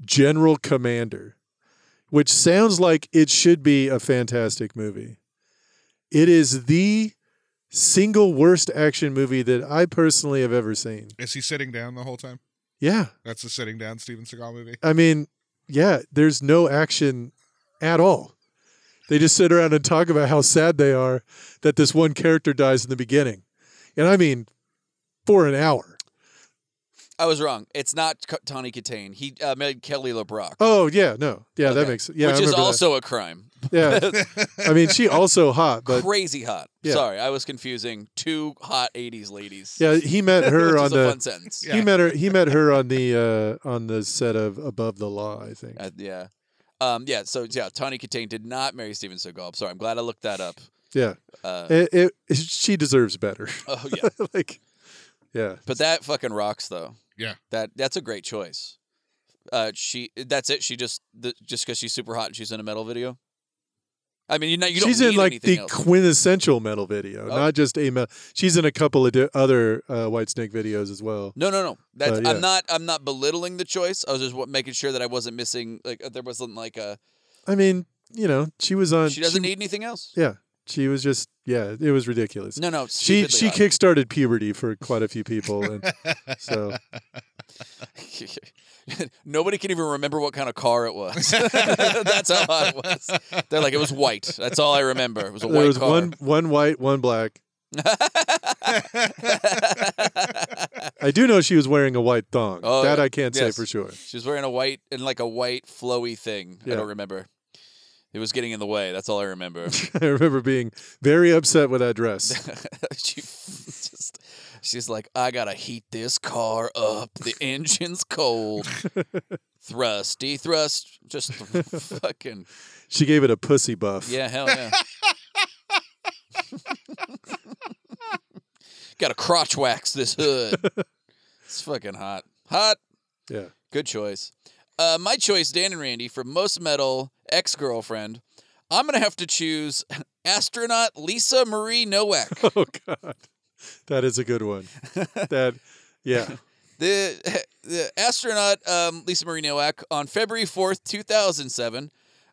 [SPEAKER 2] general commander which sounds like it should be a fantastic movie It is the single worst action movie that I personally have ever seen.
[SPEAKER 3] is he sitting down the whole time?
[SPEAKER 2] Yeah.
[SPEAKER 3] That's the sitting down Steven Seagal movie.
[SPEAKER 2] I mean, yeah, there's no action at all. They just sit around and talk about how sad they are that this one character dies in the beginning. And I mean, for an hour.
[SPEAKER 1] I was wrong. It's not C- Tawny Katane. He uh, made Kelly LeBrock,
[SPEAKER 2] Oh, yeah, no. Yeah, that
[SPEAKER 1] Okay.
[SPEAKER 2] makes yeah, I
[SPEAKER 1] which is
[SPEAKER 2] remember
[SPEAKER 1] also a crime.
[SPEAKER 2] that. Yeah. I mean, she also hot, but
[SPEAKER 1] Crazy hot.
[SPEAKER 2] Yeah.
[SPEAKER 1] Sorry, I was confusing two hot '80s ladies.
[SPEAKER 2] yeah, he met her
[SPEAKER 1] which
[SPEAKER 2] on
[SPEAKER 1] is
[SPEAKER 2] the
[SPEAKER 1] a fun sentence.
[SPEAKER 3] Yeah.
[SPEAKER 2] he met her he met her on the uh on the set of Above the Law, I think.
[SPEAKER 1] Uh, yeah. Um, yeah, so yeah, Tawny Katane did not marry Steven Seagal. I'm sorry, I'm glad I looked that up.
[SPEAKER 2] yeah.
[SPEAKER 1] Uh,
[SPEAKER 2] It, it she deserves better.
[SPEAKER 1] oh yeah,
[SPEAKER 2] like, yeah,
[SPEAKER 1] But that fucking rocks though.
[SPEAKER 3] Yeah.
[SPEAKER 1] That that's a great choice. Uh she that's it. She just the, just cuz she's super hot and she's in a metal video. I mean, you know you don't
[SPEAKER 2] she's in
[SPEAKER 1] need
[SPEAKER 2] like
[SPEAKER 1] anything
[SPEAKER 2] the
[SPEAKER 1] else.
[SPEAKER 2] quintessential metal video,
[SPEAKER 1] Oh.
[SPEAKER 2] not just a metal. She's in a couple of di- other uh, Whitesnake videos as well.
[SPEAKER 1] No, no, no. That's
[SPEAKER 2] yeah.
[SPEAKER 1] I'm not I'm not belittling the choice. I was just wa- making sure that I wasn't missing like uh, there wasn't like a
[SPEAKER 2] I mean, you know, she was on.
[SPEAKER 1] she doesn't need anything else.
[SPEAKER 2] Yeah, she was just yeah. It was ridiculous.
[SPEAKER 1] No, no.
[SPEAKER 2] she
[SPEAKER 1] stupidly
[SPEAKER 2] she
[SPEAKER 1] hot.
[SPEAKER 2] kickstarted puberty for quite a few people, and so
[SPEAKER 1] Nobody can even remember what kind of car it was. That's how hot it was. They're like it was white. That's all I remember. It was a
[SPEAKER 2] there
[SPEAKER 1] white
[SPEAKER 2] was
[SPEAKER 1] car.
[SPEAKER 2] one one white, one black. I do know she was wearing a white thong.
[SPEAKER 1] Oh,
[SPEAKER 2] that
[SPEAKER 1] yeah.
[SPEAKER 2] I can't say
[SPEAKER 1] Yes.
[SPEAKER 2] for sure.
[SPEAKER 1] She was wearing a white and like a white flowy thing. I
[SPEAKER 2] Yeah.
[SPEAKER 1] don't remember. It was getting in the way. That's all I remember.
[SPEAKER 2] I remember being very upset with that dress.
[SPEAKER 1] she just, she's like, I gotta heat this car up. The engine's cold. Thrusty thrust. Just fucking
[SPEAKER 2] She gave it a pussy buff.
[SPEAKER 1] yeah, hell yeah. gotta crotch wax this hood. It's fucking hot. Hot.
[SPEAKER 2] yeah.
[SPEAKER 1] Good choice. Uh, my choice, Dan and Randy, for most metal ex girlfriend. I'm gonna have to choose astronaut Lisa Marie Nowak.
[SPEAKER 2] Oh God, that is a good one. That, yeah,
[SPEAKER 1] the, the astronaut um, Lisa Marie Nowak on February 4th, 2007,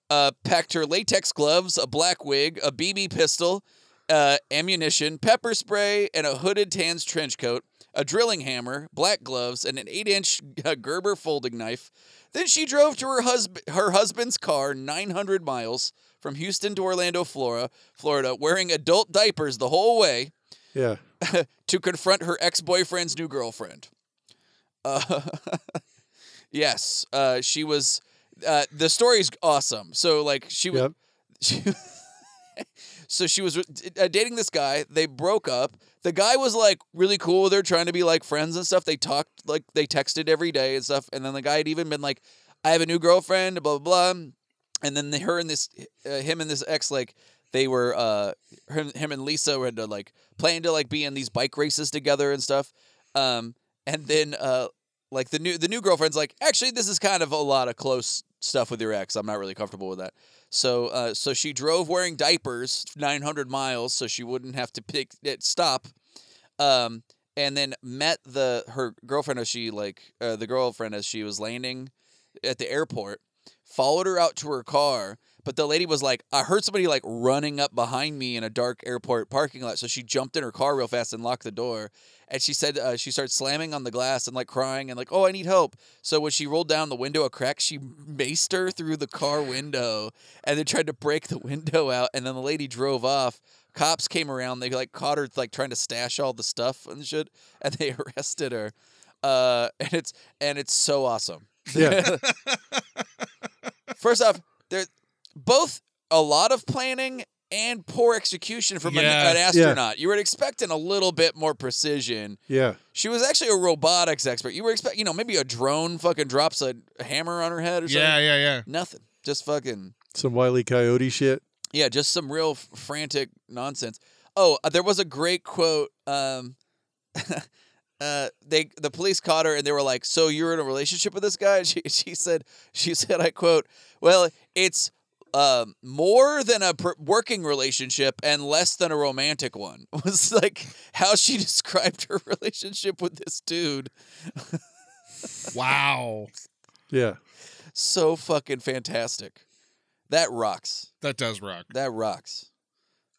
[SPEAKER 1] uh, packed her latex gloves, a black wig, a BB pistol, uh, ammunition, pepper spray, and a hooded Tans trench coat, a drilling hammer, black gloves, and an eight-inch uh, Gerber folding knife. Then she drove to her husband her husband's car 900 miles from Houston to Orlando, Florida, Florida, wearing adult diapers the whole way
[SPEAKER 2] yeah.
[SPEAKER 1] to confront her ex-boyfriend's new girlfriend. Uh, yes, uh, she was. Uh, the story's awesome. So like she was.
[SPEAKER 2] Yep.
[SPEAKER 1] She, so she was uh, dating this guy. They broke up. The guy was like really cool with her, trying to be like friends and stuff. They talked like they texted every day and stuff. And then the guy had even been like, "I have a new girlfriend," blah blah blah. And then they, her and this, uh, him and this ex, like they were, uh, him, him and Lisa were into like planning to like be in these bike races together and stuff. Um, and then uh, Like the new the new girlfriend's like, actually, this is kind of a lot of close stuff with your ex. I'm not really comfortable with that. So uh, so she drove wearing diapers 900 miles so she wouldn't have to pick it stop. Um, and then met the her girlfriend as she like uh, the girlfriend as she was landing at the airport. Followed her out to her car, but the lady was like, "I heard somebody like running up behind me in a dark airport parking lot." So she jumped in her car real fast and locked the door. And she said uh, she started slamming on the glass and like crying and like, "Oh, I need help." So when she rolled down the window a crack, she maced her through the car window and then tried to break the window out. And then the lady drove off. Cops came around. They like caught her like trying to stash all the stuff and shit, and they arrested her. Uh, and it's and it's so awesome.
[SPEAKER 2] Yeah.
[SPEAKER 1] First off, there both a lot of planning and poor execution from an,
[SPEAKER 3] Yeah.
[SPEAKER 1] an astronaut. You were expecting a little bit more precision.
[SPEAKER 2] Yeah.
[SPEAKER 1] She was actually a robotics expert. You were expecting, you know, maybe a drone fucking drops a hammer on her head or something.
[SPEAKER 3] Yeah, yeah, yeah.
[SPEAKER 1] Nothing. Just fucking
[SPEAKER 2] Some wily coyote shit.
[SPEAKER 1] yeah, just some real f- frantic nonsense. Oh, uh, there was a great quote. Um, uh, they the police caught her and they were like, "So you're in a relationship with this guy?" She she said she said I quote, "Well, it's um, more than a pr- working relationship and less than a romantic one." Was like how she described her relationship with this dude.
[SPEAKER 3] Wow.
[SPEAKER 2] Yeah.
[SPEAKER 1] So fucking fantastic. That rocks.
[SPEAKER 3] That does rock.
[SPEAKER 1] That rocks.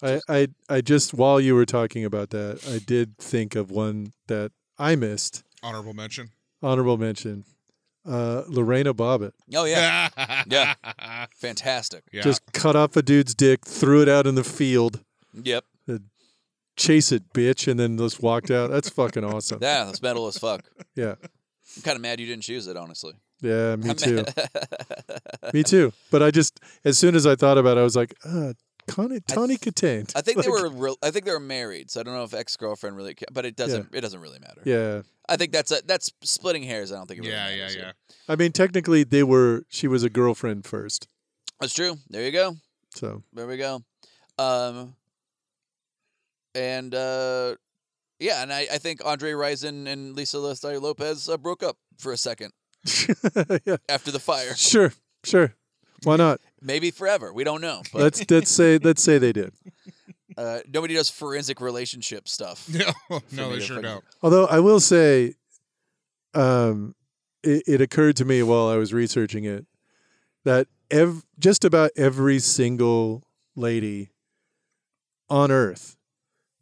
[SPEAKER 2] I, I I just while you were talking about that, I did think of one that I missed.
[SPEAKER 3] Honorable mention.
[SPEAKER 2] Honorable mention. Uh, Lorena Bobbitt
[SPEAKER 1] Oh yeah,
[SPEAKER 3] yeah.
[SPEAKER 1] fantastic.
[SPEAKER 2] just cut off a dude's dick, threw it out in the field,
[SPEAKER 1] Yep.
[SPEAKER 2] chase it, bitch, and then just walked out. That's fucking awesome.
[SPEAKER 1] Yeah, that's metal as fuck.
[SPEAKER 2] Yeah,
[SPEAKER 1] I'm kind of mad you didn't choose it, honestly.
[SPEAKER 2] yeah, me too, me too. But I just as soon as I thought about it, I was like, uh, Connie, Tawny Katane.
[SPEAKER 1] I think they
[SPEAKER 2] Like,
[SPEAKER 1] were. Re- I think they were married, so I don't know if ex girlfriend really. Ca- but it doesn't. It doesn't really matter.
[SPEAKER 2] Yeah,
[SPEAKER 1] I think that's a, that's splitting hairs. I don't think. It really
[SPEAKER 3] Yeah, yeah,
[SPEAKER 1] matters here.
[SPEAKER 3] yeah.
[SPEAKER 2] I mean technically they were. She was a girlfriend first,
[SPEAKER 1] That's true. There you go.
[SPEAKER 2] so
[SPEAKER 1] There we go. Um. And uh, yeah, and I, I think Andre Rison and Lisa Leslie Lopez uh, broke up for a second
[SPEAKER 2] yeah,
[SPEAKER 1] after the fire.
[SPEAKER 2] sure, sure. Why not?
[SPEAKER 1] Maybe forever. We don't know. But
[SPEAKER 2] Let's let's say let's say they did.
[SPEAKER 1] uh, nobody does forensic relationship stuff.
[SPEAKER 3] No, no, they
[SPEAKER 1] me to
[SPEAKER 3] sure
[SPEAKER 1] fucking-
[SPEAKER 3] don't.
[SPEAKER 2] Although I will say, um, it, it occurred to me while I was researching it that ev- just about every single lady on Earth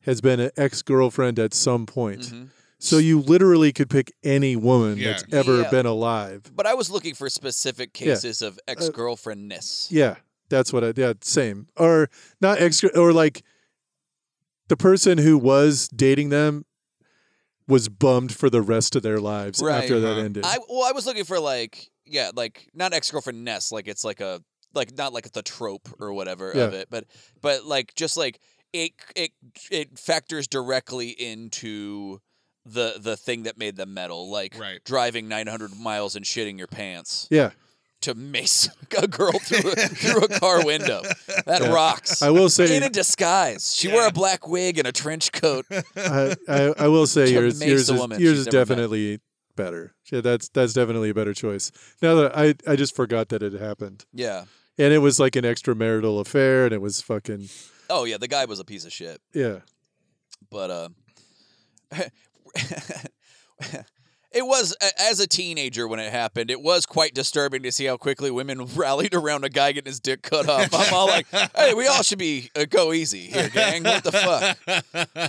[SPEAKER 2] has been an ex girlfriend at some point.
[SPEAKER 1] Mhm.
[SPEAKER 2] So you literally could pick any woman
[SPEAKER 3] Yeah.
[SPEAKER 2] that's ever
[SPEAKER 1] Yeah.
[SPEAKER 2] been alive.
[SPEAKER 1] But I was looking for specific cases of ex girlfriendness.
[SPEAKER 2] Uh, Yeah, that's what I. Yeah, same. Or not extra. Or like the person who was dating them was bummed for the rest of their lives
[SPEAKER 1] Right.
[SPEAKER 2] after that
[SPEAKER 3] Uh-huh.
[SPEAKER 2] ended.
[SPEAKER 1] I well, I was looking for like yeah, like not ex girlfriend Ness, like it's like a like not like the trope or whatever of
[SPEAKER 2] Yeah.
[SPEAKER 1] it, but but like just like it it it factors directly into the the thing that made them metal, like
[SPEAKER 3] Right.
[SPEAKER 1] driving 900 miles and shitting your pants
[SPEAKER 2] yeah,
[SPEAKER 1] to mace a girl through a, through a car window. That
[SPEAKER 2] Yeah.
[SPEAKER 1] rocks.
[SPEAKER 2] I will
[SPEAKER 1] in a
[SPEAKER 2] say.
[SPEAKER 1] disguise. She wore a black wig and a trench coat.
[SPEAKER 2] I, I, I will say
[SPEAKER 1] To
[SPEAKER 2] yours
[SPEAKER 1] mace
[SPEAKER 2] yours
[SPEAKER 1] a
[SPEAKER 2] is,
[SPEAKER 1] woman
[SPEAKER 2] yours
[SPEAKER 1] she's
[SPEAKER 2] is
[SPEAKER 1] never met.
[SPEAKER 2] definitely better. Yeah, that's that's definitely a better choice. Now that I I just forgot that it happened,
[SPEAKER 1] Yeah.
[SPEAKER 2] and it was like an extramarital affair, and it was fucking
[SPEAKER 1] Oh yeah, the guy was a piece of shit.
[SPEAKER 2] yeah.
[SPEAKER 1] but uh, it was a- as a teenager when it happened. It was quite disturbing to see how quickly women rallied around a guy getting his dick cut off. I'm all like, "Hey, we all should be uh, go easy here, gang. What the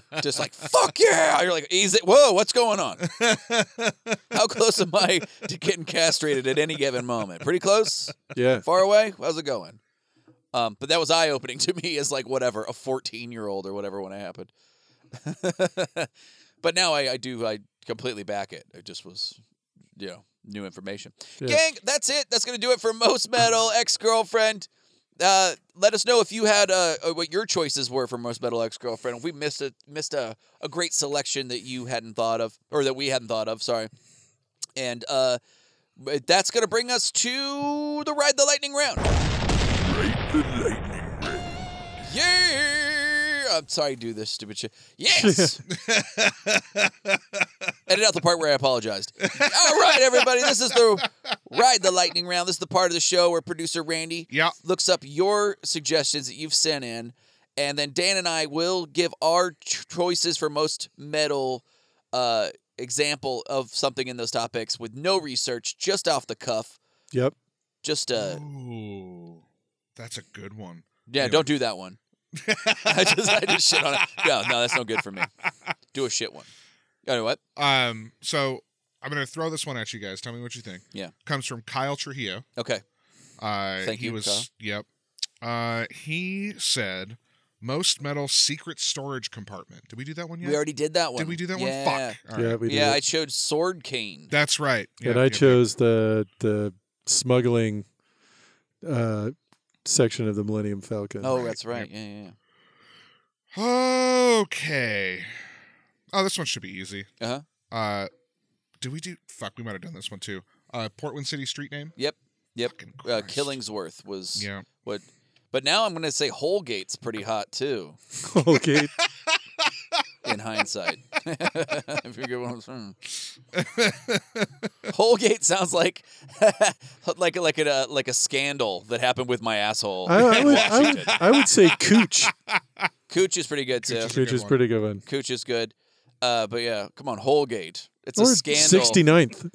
[SPEAKER 1] fuck?" Just like, "Fuck yeah!" You're like, "Easy, whoa, what's going on? How close am I to getting castrated at any given moment? Pretty close."
[SPEAKER 2] Yeah,
[SPEAKER 1] far away how's it going um, but that was eye-opening to me as like whatever a 14 year old or whatever when it happened but now I, I do i completely back it it just was you know new information
[SPEAKER 2] Yeah.
[SPEAKER 1] gang that's it that's gonna do it for most metal ex-girlfriend uh, let us know if you had uh, uh, what your choices were for most metal ex-girlfriend if we missed a missed a, a great selection that you hadn't thought of or that we hadn't thought of sorry and uh, but that's going to bring us to the Ride the Lightning round.
[SPEAKER 4] The lightning round.
[SPEAKER 1] Yeah! I'm sorry, I do this stupid shit. Yes! edit out the part where I apologized. All right, everybody, this is the ride the lightning round. This is the part of the show where producer Randy
[SPEAKER 3] Yeah.
[SPEAKER 1] looks up your suggestions that you've sent in, and then Dan and I will give our ch- choices for most metal uh, example of something in those topics with no research, just off the cuff.
[SPEAKER 2] Yep.
[SPEAKER 1] Just uh,
[SPEAKER 3] Ooh, that's a good one.
[SPEAKER 1] yeah, don't do that one. I just I just shit on it. No, no, that's no good for me. Do a shit one. You know what?
[SPEAKER 3] Um, so I'm gonna throw this one at you guys. Tell me what you think.
[SPEAKER 1] Yeah.
[SPEAKER 3] Comes from Kyle Trujillo.
[SPEAKER 1] Okay.
[SPEAKER 3] Uh,
[SPEAKER 1] Thank
[SPEAKER 3] he
[SPEAKER 1] you,
[SPEAKER 3] was,
[SPEAKER 1] Kyle.
[SPEAKER 3] Yep. Uh, he said most metal secret storage compartment. Did we do that one yet?
[SPEAKER 1] We already did that one.
[SPEAKER 3] did we do that
[SPEAKER 1] yeah.
[SPEAKER 3] one? Fuck. All right.
[SPEAKER 2] Yeah, we did.
[SPEAKER 1] yeah, I showed Sword Cane.
[SPEAKER 3] That's right.
[SPEAKER 2] and
[SPEAKER 3] Yeah,
[SPEAKER 2] I
[SPEAKER 3] yeah,
[SPEAKER 2] chose the the smuggling uh, section of the Millennium Falcon.
[SPEAKER 1] oh,
[SPEAKER 3] right,
[SPEAKER 1] that's right. Yeah, yeah.
[SPEAKER 3] yeah. Okay. Oh, this one should be easy.
[SPEAKER 1] yeah. Uh-huh.
[SPEAKER 3] Uh, did we do? Fuck, we might have done this one too. Uh, Portland City street name.
[SPEAKER 1] Yep. Yep.
[SPEAKER 3] Fucking
[SPEAKER 1] Uh,
[SPEAKER 3] Christ.
[SPEAKER 1] Killingsworth was
[SPEAKER 3] Yeah.
[SPEAKER 1] what but now I'm gonna say Holgate's pretty hot too,
[SPEAKER 2] okay.
[SPEAKER 1] in hindsight. if you get what I'm saying. Holgate sounds like like like a uh, like a scandal that happened with my asshole.
[SPEAKER 2] I, I
[SPEAKER 1] in
[SPEAKER 2] would, I,
[SPEAKER 1] Washington.
[SPEAKER 2] would, I would say Cooch,
[SPEAKER 1] Cooch is pretty good too.
[SPEAKER 3] Cooch
[SPEAKER 1] Cooch,
[SPEAKER 3] a
[SPEAKER 2] which
[SPEAKER 3] good
[SPEAKER 2] is
[SPEAKER 3] one.
[SPEAKER 2] pretty good one.
[SPEAKER 1] is good. Uh, but yeah, come on, Holgate. It's a
[SPEAKER 2] or
[SPEAKER 1] scandal.
[SPEAKER 2] 69th.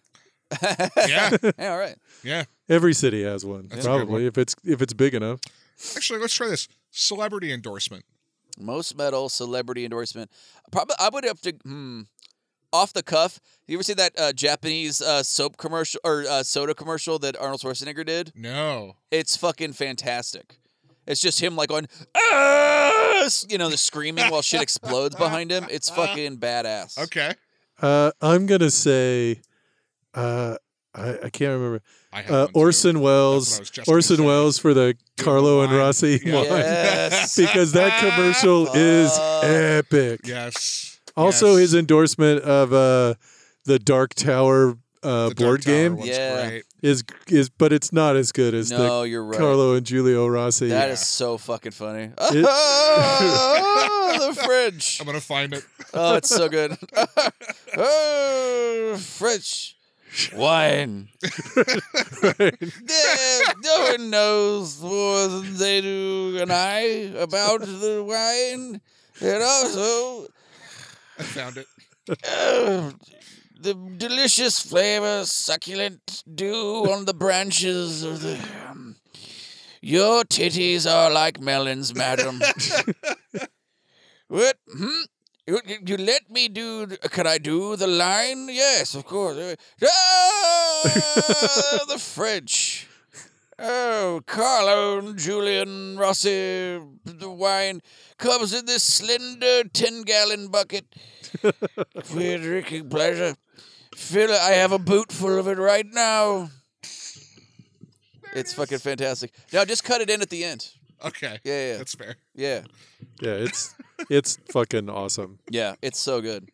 [SPEAKER 3] Yeah.
[SPEAKER 1] Yeah, all right.
[SPEAKER 3] yeah.
[SPEAKER 2] Every city has one,
[SPEAKER 3] That's a good
[SPEAKER 2] probably
[SPEAKER 3] one.
[SPEAKER 2] if it's if it's big enough.
[SPEAKER 3] Actually, let's try this celebrity endorsement.
[SPEAKER 1] Most metal celebrity endorsement. Probably, I would have to. Hmm, off the cuff, you ever see that uh, Japanese uh, soap commercial or uh, soda commercial that Arnold Schwarzenegger did?
[SPEAKER 3] No.
[SPEAKER 1] It's fucking fantastic. It's just him like going, "Ass!" you know, the screaming while shit explodes behind him. It's fucking badass.
[SPEAKER 3] Okay.
[SPEAKER 2] Uh, I'm gonna say, uh, I, I can't remember.
[SPEAKER 3] I have
[SPEAKER 2] Uh,
[SPEAKER 3] one, too.
[SPEAKER 2] Orson
[SPEAKER 3] That's what I
[SPEAKER 2] Welles.
[SPEAKER 3] was just gonna
[SPEAKER 2] Orson
[SPEAKER 3] say.
[SPEAKER 2] Welles for the Carlo and
[SPEAKER 3] wine.
[SPEAKER 2] Rossi
[SPEAKER 3] Yeah.
[SPEAKER 2] wine
[SPEAKER 1] Yes.
[SPEAKER 2] because that commercial is
[SPEAKER 3] Uh,
[SPEAKER 1] Fuck.
[SPEAKER 2] epic.
[SPEAKER 3] Yes.
[SPEAKER 2] Also,
[SPEAKER 3] Yes.
[SPEAKER 2] his uh, endorsement of uh, the Dark Tower uh,
[SPEAKER 3] The Dark
[SPEAKER 2] board
[SPEAKER 3] Tower
[SPEAKER 2] game
[SPEAKER 3] one's
[SPEAKER 1] Yeah.
[SPEAKER 3] great.
[SPEAKER 2] is is, but it's not as good as
[SPEAKER 1] no, you're
[SPEAKER 2] the
[SPEAKER 1] right.
[SPEAKER 2] Carlo and Giulio Rossi.
[SPEAKER 1] That is so fucking funny.
[SPEAKER 2] It-
[SPEAKER 1] Oh, the French.
[SPEAKER 3] I'm gonna find it.
[SPEAKER 1] Oh, it's so good. oh, French wine. Yeah, no one knows more than they do and I about the wine. And also
[SPEAKER 3] I found it.
[SPEAKER 1] uh, the delicious flavor, succulent dew on the branches of the. um, your titties are like melons, madam. what? Hmm? You, you- you let me do. Can I do the line? Yes, of course. Uh, Ah, the French. Oh, Carlo, Julian, Rossi, the wine comes in this slender 10 gallon bucket for your drinking pleasure. Phil, I have a boot full of it right now. It's fucking fantastic. Now just cut it in at the end.
[SPEAKER 3] Okay.
[SPEAKER 1] Yeah, yeah.
[SPEAKER 3] That's fair.
[SPEAKER 1] Yeah.
[SPEAKER 2] yeah, it's it's fucking awesome.
[SPEAKER 1] Yeah. It's so good.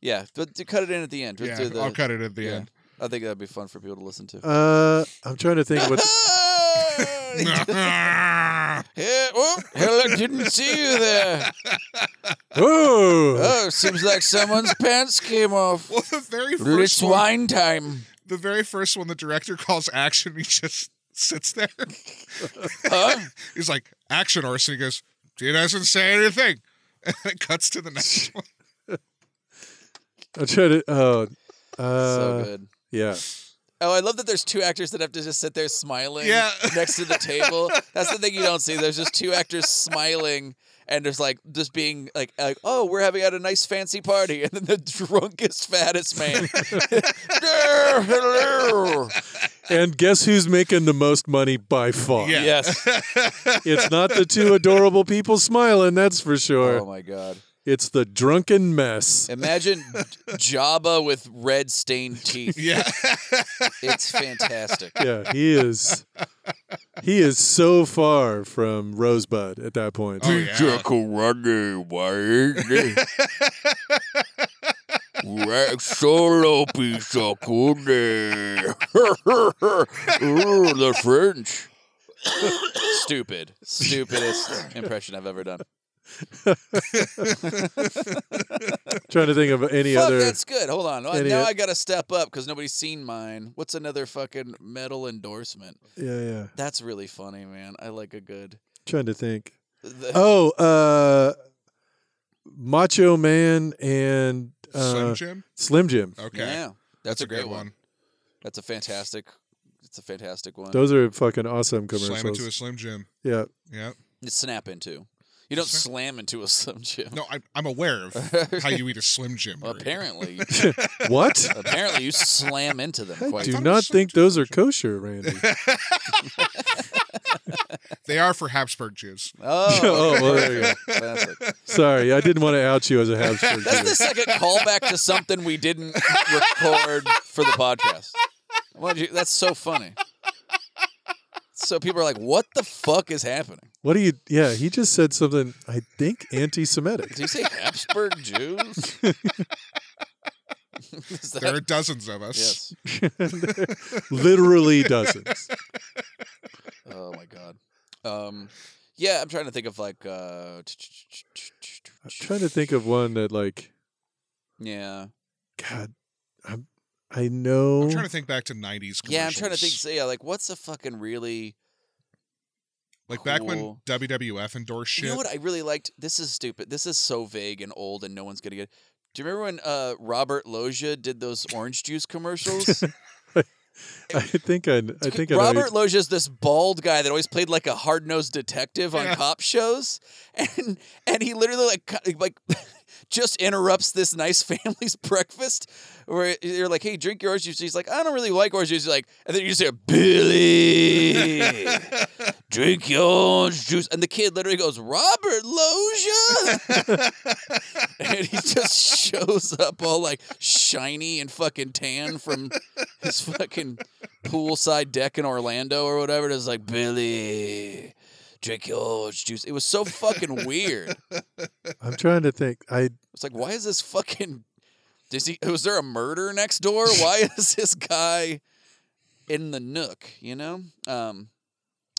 [SPEAKER 1] Yeah. But to cut it in at the end. Just
[SPEAKER 3] Yeah.
[SPEAKER 1] do the-
[SPEAKER 3] I'll cut it at the
[SPEAKER 1] yeah.
[SPEAKER 3] end.
[SPEAKER 1] I think that'd be fun for people to listen to.
[SPEAKER 2] Uh, I'm trying to think what
[SPEAKER 1] yeah, oh, hello, didn't see you there.
[SPEAKER 2] oh
[SPEAKER 1] Oh, seems like someone's pants came off.
[SPEAKER 3] well, the very
[SPEAKER 1] It's
[SPEAKER 3] first one,
[SPEAKER 1] wine time.
[SPEAKER 3] the very first one, the director calls action. He just sits there.
[SPEAKER 1] Huh?
[SPEAKER 3] He's like, "Action, Orson." He goes, "He doesn't say anything." And it cuts to the next one.
[SPEAKER 2] I'm trying to oh uh,
[SPEAKER 1] so good.
[SPEAKER 2] yeah
[SPEAKER 1] Oh, I love that there's two actors that have to just sit there smiling
[SPEAKER 3] Yeah.
[SPEAKER 1] next to the table. That's the thing you don't see. There's just two actors smiling and there's like just being like like oh we're having at a nice fancy party and then the drunkest fattest man "Yeah, hello."
[SPEAKER 2] and guess who's making the most money by far
[SPEAKER 3] Yeah.
[SPEAKER 1] yes
[SPEAKER 2] it's not the two adorable people smiling that's for sure
[SPEAKER 1] oh my god
[SPEAKER 2] it's the drunken mess
[SPEAKER 1] imagine Jabba with red stained teeth
[SPEAKER 3] Yeah.
[SPEAKER 1] it's fantastic
[SPEAKER 2] yeah he is he is so far from Rosebud at that point
[SPEAKER 3] Oh, yeah.
[SPEAKER 1] solo pizza the French. Stupid, stupidest impression I've ever done.
[SPEAKER 2] Trying to think of any
[SPEAKER 1] Fuck,
[SPEAKER 2] other.
[SPEAKER 1] that's good. Hold on.
[SPEAKER 2] Any
[SPEAKER 1] Now
[SPEAKER 2] o-
[SPEAKER 1] I got to step up because nobody's seen mine. What's another fucking metal endorsement?
[SPEAKER 2] Yeah, yeah.
[SPEAKER 1] That's really funny, man. I like a good.
[SPEAKER 2] Trying to think.
[SPEAKER 1] the-
[SPEAKER 2] Oh, uh, Macho Man and uh,
[SPEAKER 3] Slim Jim? Oh,
[SPEAKER 2] Slim Jim.
[SPEAKER 3] Okay.
[SPEAKER 1] Yeah, that's
[SPEAKER 3] That's
[SPEAKER 1] a great one. That's a fantastic. It's a fantastic one.
[SPEAKER 2] Those are fucking awesome
[SPEAKER 3] Slam into a
[SPEAKER 2] commercials.
[SPEAKER 3] Slim Jim.
[SPEAKER 2] Yeah,
[SPEAKER 3] Yeah.
[SPEAKER 1] You snap into. You don't
[SPEAKER 3] Sure.
[SPEAKER 1] slam into a Slim Jim.
[SPEAKER 3] No, I'm, I'm aware of how you eat a Slim Jim.
[SPEAKER 1] Well,
[SPEAKER 3] burger.
[SPEAKER 1] apparently,
[SPEAKER 2] what?
[SPEAKER 1] apparently you slam into them.
[SPEAKER 2] I
[SPEAKER 1] Quite
[SPEAKER 2] do
[SPEAKER 3] thought it
[SPEAKER 2] not
[SPEAKER 3] was
[SPEAKER 2] think
[SPEAKER 3] Slim Jim
[SPEAKER 2] those are kosher, Randy.
[SPEAKER 3] They are for Habsburg Jews.
[SPEAKER 1] Oh,
[SPEAKER 2] Oh, well, there you go.
[SPEAKER 1] Classic.
[SPEAKER 2] Sorry, I didn't want to out you as a Habsburg.
[SPEAKER 1] That's
[SPEAKER 2] Jew.
[SPEAKER 1] the second callback to something we didn't record for the podcast. Why'd you- that's so funny. So people are like, "What the fuck is happening?"
[SPEAKER 2] What do you? Yeah, he just said something. I think anti-Semitic.
[SPEAKER 1] Did you say Habsburg Jews? Is that-
[SPEAKER 3] There are dozens of us.
[SPEAKER 1] yes.
[SPEAKER 2] Literally dozens.
[SPEAKER 1] Oh my god. Um, yeah, I'm trying to think of like. Uh,
[SPEAKER 2] I'm trying to think of one that like.
[SPEAKER 1] yeah.
[SPEAKER 2] God, I'm, I know.
[SPEAKER 3] I'm trying to think back to 90s commercials.
[SPEAKER 1] Yeah, I'm trying to think. So, yeah, like what's a fucking really.
[SPEAKER 3] Like back when
[SPEAKER 1] Cool.
[SPEAKER 3] WWF endorsed shit.
[SPEAKER 1] You know what I really liked? This is stupid. This is so vague and old, and no one's gonna get it. Do you remember when uh, Robert Loggia did those orange juice commercials?
[SPEAKER 2] I think I. I think I. know
[SPEAKER 1] Robert
[SPEAKER 2] you-
[SPEAKER 1] Loggia is this bald guy that always played like a hard nosed detective on
[SPEAKER 3] Yeah.
[SPEAKER 1] cop shows, and and he literally like cu- like just interrupts this nice family's breakfast where you're like, "Hey, drink your orange juice." He's like, "I don't really like orange juice." He's like, and then you just hear Billy, drink your orange juice, and the kid literally goes, "Robert Loggia," and he just shows up all like shiny and fucking tan from his fucking poolside deck in Orlando or whatever. It's like Billy, drink your orange juice. It was so fucking weird.
[SPEAKER 2] I'm trying to think. I
[SPEAKER 1] It's like, why is this fucking? Does he? Was there a murder next door? Why is this guy in the nook? You know. Um,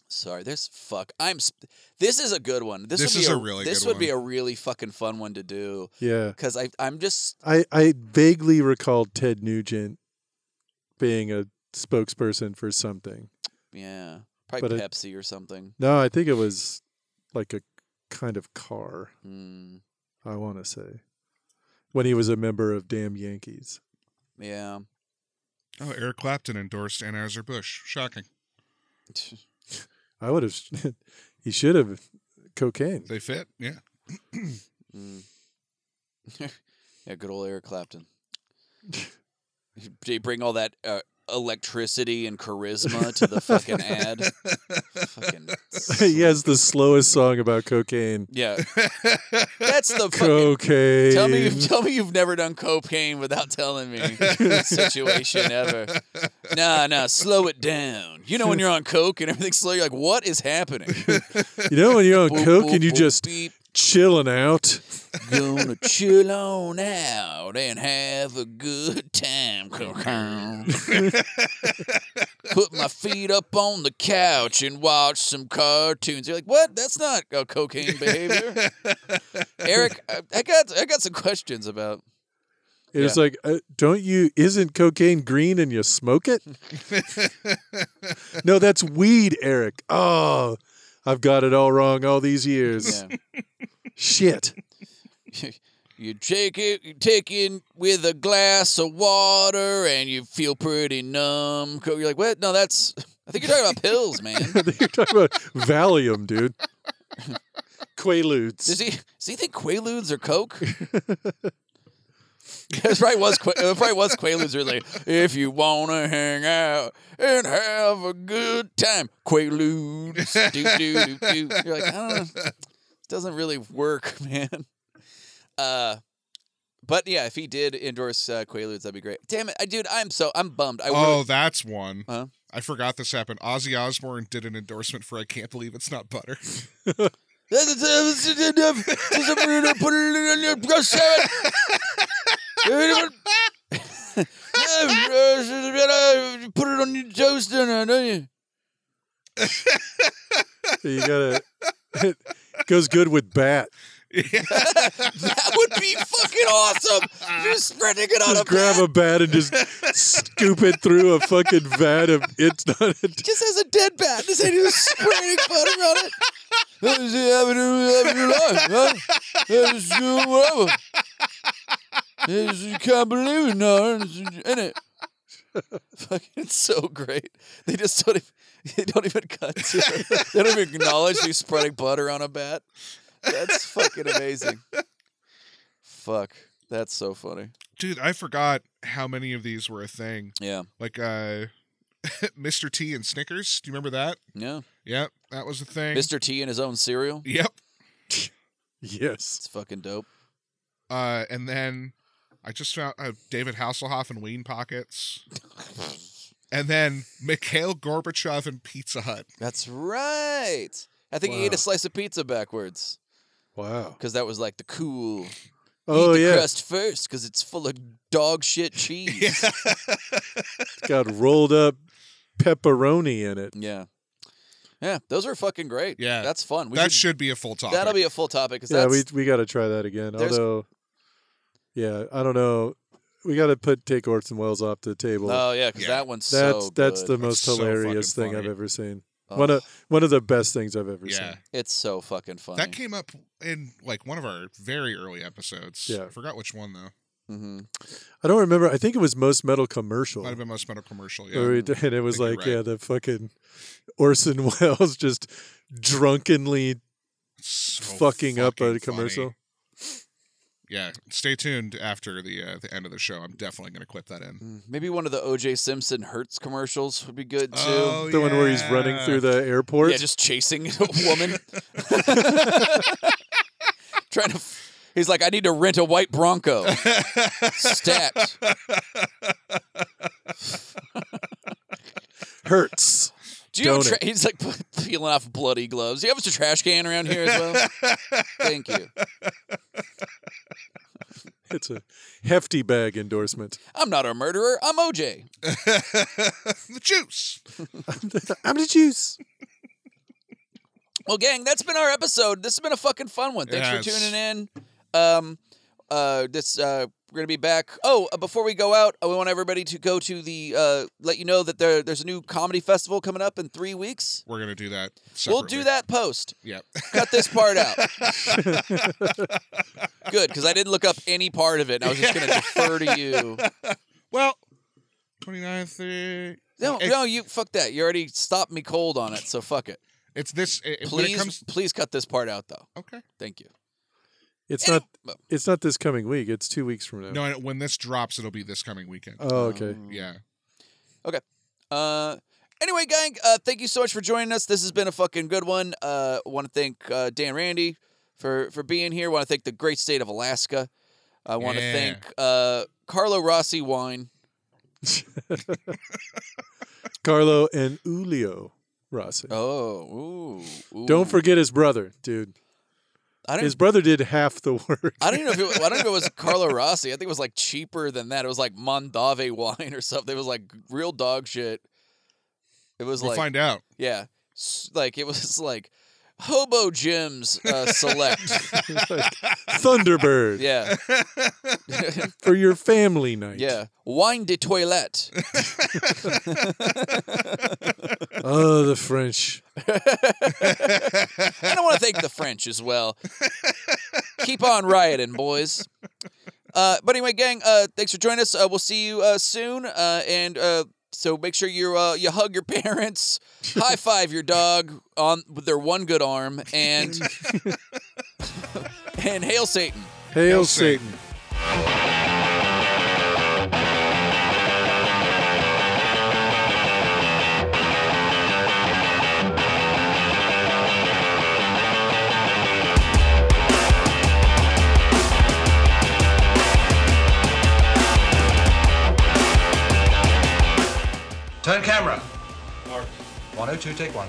[SPEAKER 1] sorry. This fuck. I'm. Sp- this is a good one. This,
[SPEAKER 3] This
[SPEAKER 1] would be
[SPEAKER 3] is a really
[SPEAKER 1] This
[SPEAKER 3] good
[SPEAKER 1] would be a
[SPEAKER 3] one.
[SPEAKER 1] really fucking fun one to do
[SPEAKER 2] yeah.
[SPEAKER 1] because I I'm just
[SPEAKER 2] I I vaguely recall Ted Nugent being a spokesperson for something.
[SPEAKER 1] yeah probably
[SPEAKER 2] But I-
[SPEAKER 1] Pepsi or something.
[SPEAKER 2] No, I think it was like a kind of car.
[SPEAKER 1] Hmm.
[SPEAKER 2] I want to say when he was a member of Damn Yankees.
[SPEAKER 1] yeah.
[SPEAKER 3] Oh, Eric Clapton endorsed Anheuser-Busch. Shocking.
[SPEAKER 2] I would have. he should have cocaine.
[SPEAKER 3] They fit? Yeah.
[SPEAKER 1] Mm. yeah, good old Eric Clapton. They bring all that uh, electricity and charisma to the fucking ad. fucking
[SPEAKER 2] he has the slowest song about cocaine.
[SPEAKER 1] yeah, that's the fucking.
[SPEAKER 2] Cocaine.
[SPEAKER 1] Tell me, you've, tell me you've never done cocaine without telling me situation ever. Nah, nah, slow it down. You know when you're on coke and everything's slow, you're like, what is happening?
[SPEAKER 2] You know when you're on
[SPEAKER 1] Boop,
[SPEAKER 2] coke
[SPEAKER 1] boop,
[SPEAKER 2] and you
[SPEAKER 1] boop,
[SPEAKER 2] just
[SPEAKER 1] beep.
[SPEAKER 2] chilling out.
[SPEAKER 1] Gonna chill on out and have a good time. Cocaine. Put my feet up on the couch and watch some cartoons. You're like, what? That's not a cocaine behavior. Eric, I, I got I got some questions about.
[SPEAKER 2] It was like, uh, don't you? Isn't cocaine green and you smoke it? no, that's weed, Eric. Oh, I've got it all wrong all these years.
[SPEAKER 1] Yeah.
[SPEAKER 2] Shit.
[SPEAKER 1] you take it, you take in with a glass of water, and you feel pretty numb. Co- You're like, what? No, that's. I think you're talking about pills, man.
[SPEAKER 2] You're talking about Valium, dude. Quaaludes.
[SPEAKER 1] Does he does he think Quaaludes are coke? it probably was Qua- it probably was Quaaludes. Where it's like, if you wanna hang out and have a good time, Quaaludes. do, do, do, do. You're like, I don't know. It doesn't really work, man. Uh, but yeah, if he did endorse uh, Quaaludes, that'd be great. Damn it, I, dude, I'm so I'm bummed. I
[SPEAKER 3] oh,
[SPEAKER 1] oh.
[SPEAKER 3] that's one.
[SPEAKER 1] Huh?
[SPEAKER 3] I forgot this happened. Ozzy Osbourne did an endorsement for I Can't Believe It's Not Butter.
[SPEAKER 1] Put it on your toast dinner, don't you?
[SPEAKER 2] You gotta. It goes good with bat.
[SPEAKER 1] That would be fucking awesome. You're spreading it on a
[SPEAKER 2] Just grab a bat and just scoop it through a fucking vat of it's not a
[SPEAKER 1] just has a dead bat in his hand. He's spraying butter on it. That was the avenue of your life, huh? That was you, whatever. It's- You can't believe it now, in it. Fucking it's so great. They just don't even, they don't even cut to it. They don't even acknowledge he's spreading butter on a bat. That's fucking amazing. Fuck. That's so funny.
[SPEAKER 3] Dude, I forgot how many of these were a thing.
[SPEAKER 1] Yeah.
[SPEAKER 3] Like uh Mr. T and Snickers. Do you remember that?
[SPEAKER 1] Yeah.
[SPEAKER 3] Yep, that was a thing.
[SPEAKER 1] Mr. T and his own cereal.
[SPEAKER 3] Yep.
[SPEAKER 2] yes.
[SPEAKER 1] It's fucking dope.
[SPEAKER 3] Uh and then I just found uh, David Hasselhoff and Ween Pockets. And then Mikhail Gorbachev and Pizza Hut.
[SPEAKER 1] That's right. I think he ate
[SPEAKER 2] Wow.
[SPEAKER 1] a slice of pizza backwards
[SPEAKER 2] Wow.
[SPEAKER 1] because that was like the cool.
[SPEAKER 2] Oh
[SPEAKER 1] eat the
[SPEAKER 2] yeah,
[SPEAKER 1] crust first because it's full of dog shit cheese.
[SPEAKER 3] Yeah.
[SPEAKER 2] it's got rolled up pepperoni in it.
[SPEAKER 1] yeah, Yeah, Those are fucking great.
[SPEAKER 3] Yeah.
[SPEAKER 1] that's fun. We
[SPEAKER 3] that
[SPEAKER 1] should,
[SPEAKER 3] should be a full topic.
[SPEAKER 1] that'll be a full topic because
[SPEAKER 2] Yeah,
[SPEAKER 1] that's
[SPEAKER 2] we we got to try that again.
[SPEAKER 1] There's-
[SPEAKER 2] Although, yeah, I don't know. We got to put take Orson Welles off the table.
[SPEAKER 1] oh yeah because
[SPEAKER 3] Yeah.
[SPEAKER 1] that one's
[SPEAKER 2] that's
[SPEAKER 1] so
[SPEAKER 2] that's the
[SPEAKER 1] good.
[SPEAKER 2] most
[SPEAKER 3] so fucking
[SPEAKER 2] hilarious thing I've
[SPEAKER 3] funny.
[SPEAKER 2] ever seen.
[SPEAKER 1] Oh,
[SPEAKER 2] One of one of the best things I've ever
[SPEAKER 3] yeah.
[SPEAKER 2] seen.
[SPEAKER 1] it's so fucking funny.
[SPEAKER 3] That came up in like one of our very early episodes.
[SPEAKER 2] Yeah.
[SPEAKER 3] I forgot which one though.
[SPEAKER 1] mm-hmm.
[SPEAKER 2] I don't remember. I think it was most metal commercial.
[SPEAKER 3] Might have been most metal commercial.
[SPEAKER 2] where
[SPEAKER 3] Yeah.
[SPEAKER 2] we did- and it was
[SPEAKER 3] think you're
[SPEAKER 2] like,
[SPEAKER 3] right.
[SPEAKER 2] yeah, the fucking Orson Welles just drunkenly
[SPEAKER 3] So
[SPEAKER 2] fucking up
[SPEAKER 3] fucking
[SPEAKER 2] a commercial.
[SPEAKER 3] funny. Yeah. Stay tuned after the uh, the end of the show. I'm definitely gonna clip that in.
[SPEAKER 1] Maybe one of the O.J. Simpson Hertz commercials would be good too.
[SPEAKER 3] Oh,
[SPEAKER 2] Mm. The one where he's running
[SPEAKER 3] yeah.
[SPEAKER 2] through the airport.
[SPEAKER 1] Yeah, just chasing a woman. Trying to. f- He's like, I need to rent a white Bronco. Stat.
[SPEAKER 2] hurts.
[SPEAKER 1] Do you have a
[SPEAKER 2] Donut.
[SPEAKER 1] tra- He's like peeling off bloody gloves. Do you have a trash can around here as well? Thank you.
[SPEAKER 2] It's a hefty bag endorsement.
[SPEAKER 1] I'm not a murderer. I'm OJ.
[SPEAKER 3] the juice.
[SPEAKER 2] I'm the juice.
[SPEAKER 1] Well, gang, that's been our episode. This has been a fucking fun one. Thanks for
[SPEAKER 3] Yes.
[SPEAKER 1] tuning in. Um, uh, this uh, we're gonna be back. Oh, uh, before we go out, uh, we want everybody to go to the. Uh, let you know that there there's a new comedy festival coming up in three weeks.
[SPEAKER 3] We're gonna do that.
[SPEAKER 1] We'll
[SPEAKER 3] separately.
[SPEAKER 1] do that post.
[SPEAKER 3] Yep.
[SPEAKER 1] cut this part out. Good, because I didn't look up any part of it. And I was just going to defer to you.
[SPEAKER 3] Well, 29th. uh,
[SPEAKER 1] No,
[SPEAKER 3] it-
[SPEAKER 1] no, you fuck that. You already stopped me cold on it, so fuck it.
[SPEAKER 3] It's this. It, it- when it
[SPEAKER 1] Please,
[SPEAKER 3] comes.
[SPEAKER 1] please cut this part out though.
[SPEAKER 3] Okay.
[SPEAKER 1] Thank you.
[SPEAKER 2] It's
[SPEAKER 1] Any-
[SPEAKER 2] not. It's not this coming week. It's two weeks
[SPEAKER 1] Oh.
[SPEAKER 2] from now.
[SPEAKER 3] No, Um, and when this drops, it'll be this coming weekend.
[SPEAKER 2] oh, okay.
[SPEAKER 3] yeah.
[SPEAKER 1] Uh, anyway, gang, uh, thank you so much for joining us. This has been a fucking good one. Uh, want to thank uh, Dan Randy for for being here. Want to thank the great state of Alaska. I want to
[SPEAKER 3] Yeah.
[SPEAKER 1] thank uh, Carlo Rossi Wine.
[SPEAKER 2] Carlo and Julio Rossi.
[SPEAKER 1] Oh, ooh, ooh.
[SPEAKER 2] Don't forget his brother, dude.
[SPEAKER 1] I didn't
[SPEAKER 2] His brother did half the work.
[SPEAKER 1] I don't even know if it, I don't know if it was Carlo Rossi. I think it was like cheaper than that. It was like Mondave wine or something. It was like real dog shit. It was
[SPEAKER 3] We'll
[SPEAKER 1] like
[SPEAKER 3] find out.
[SPEAKER 1] yeah, S- like it was like Hobo Jim's uh, Select.
[SPEAKER 2] Like, Thunderbird
[SPEAKER 1] yeah,
[SPEAKER 2] for your family night.
[SPEAKER 1] yeah, wine de toilette.
[SPEAKER 2] Oh, the French.
[SPEAKER 1] And I want to thank the French as well. Keep on rioting, boys. Uh, but anyway, gang, uh, thanks for joining us. Uh, we'll see you uh, soon. Uh, and uh, so make sure you uh, you hug your parents, high five your dog on with their one good arm, and and hail Satan.
[SPEAKER 2] Hail,
[SPEAKER 3] Satan.
[SPEAKER 2] Satan.
[SPEAKER 5] Turn camera. 102, take one.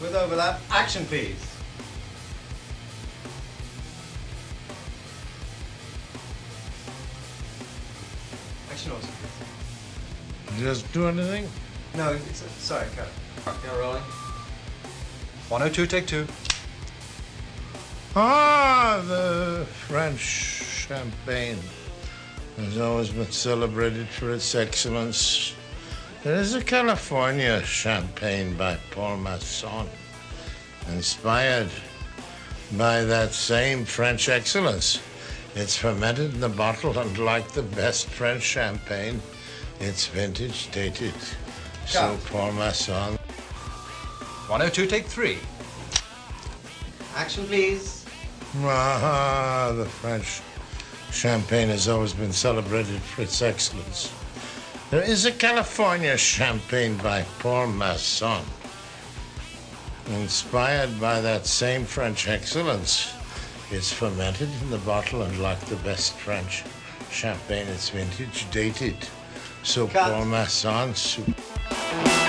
[SPEAKER 5] With overlap, action please. Action also.
[SPEAKER 6] Just do anything?
[SPEAKER 5] No, it's, sorry, cut oh it. Yeah, rolling. 102, take two.
[SPEAKER 6] Ah, the French champagne has always been celebrated for its excellence. There is a California champagne by Paul Masson, inspired by that same French excellence. It's fermented in the bottle, and like the best French champagne, it's vintage dated. So, Paul Masson
[SPEAKER 5] 102, take three. Action, please.
[SPEAKER 6] Ah, the French champagne has always been celebrated for its excellence. There is a California champagne by Paul Masson, inspired by that same French excellence. It's fermented in the bottle, and like the best French champagne, it's vintage dated. So
[SPEAKER 5] Cut.
[SPEAKER 6] Paul Masson, su-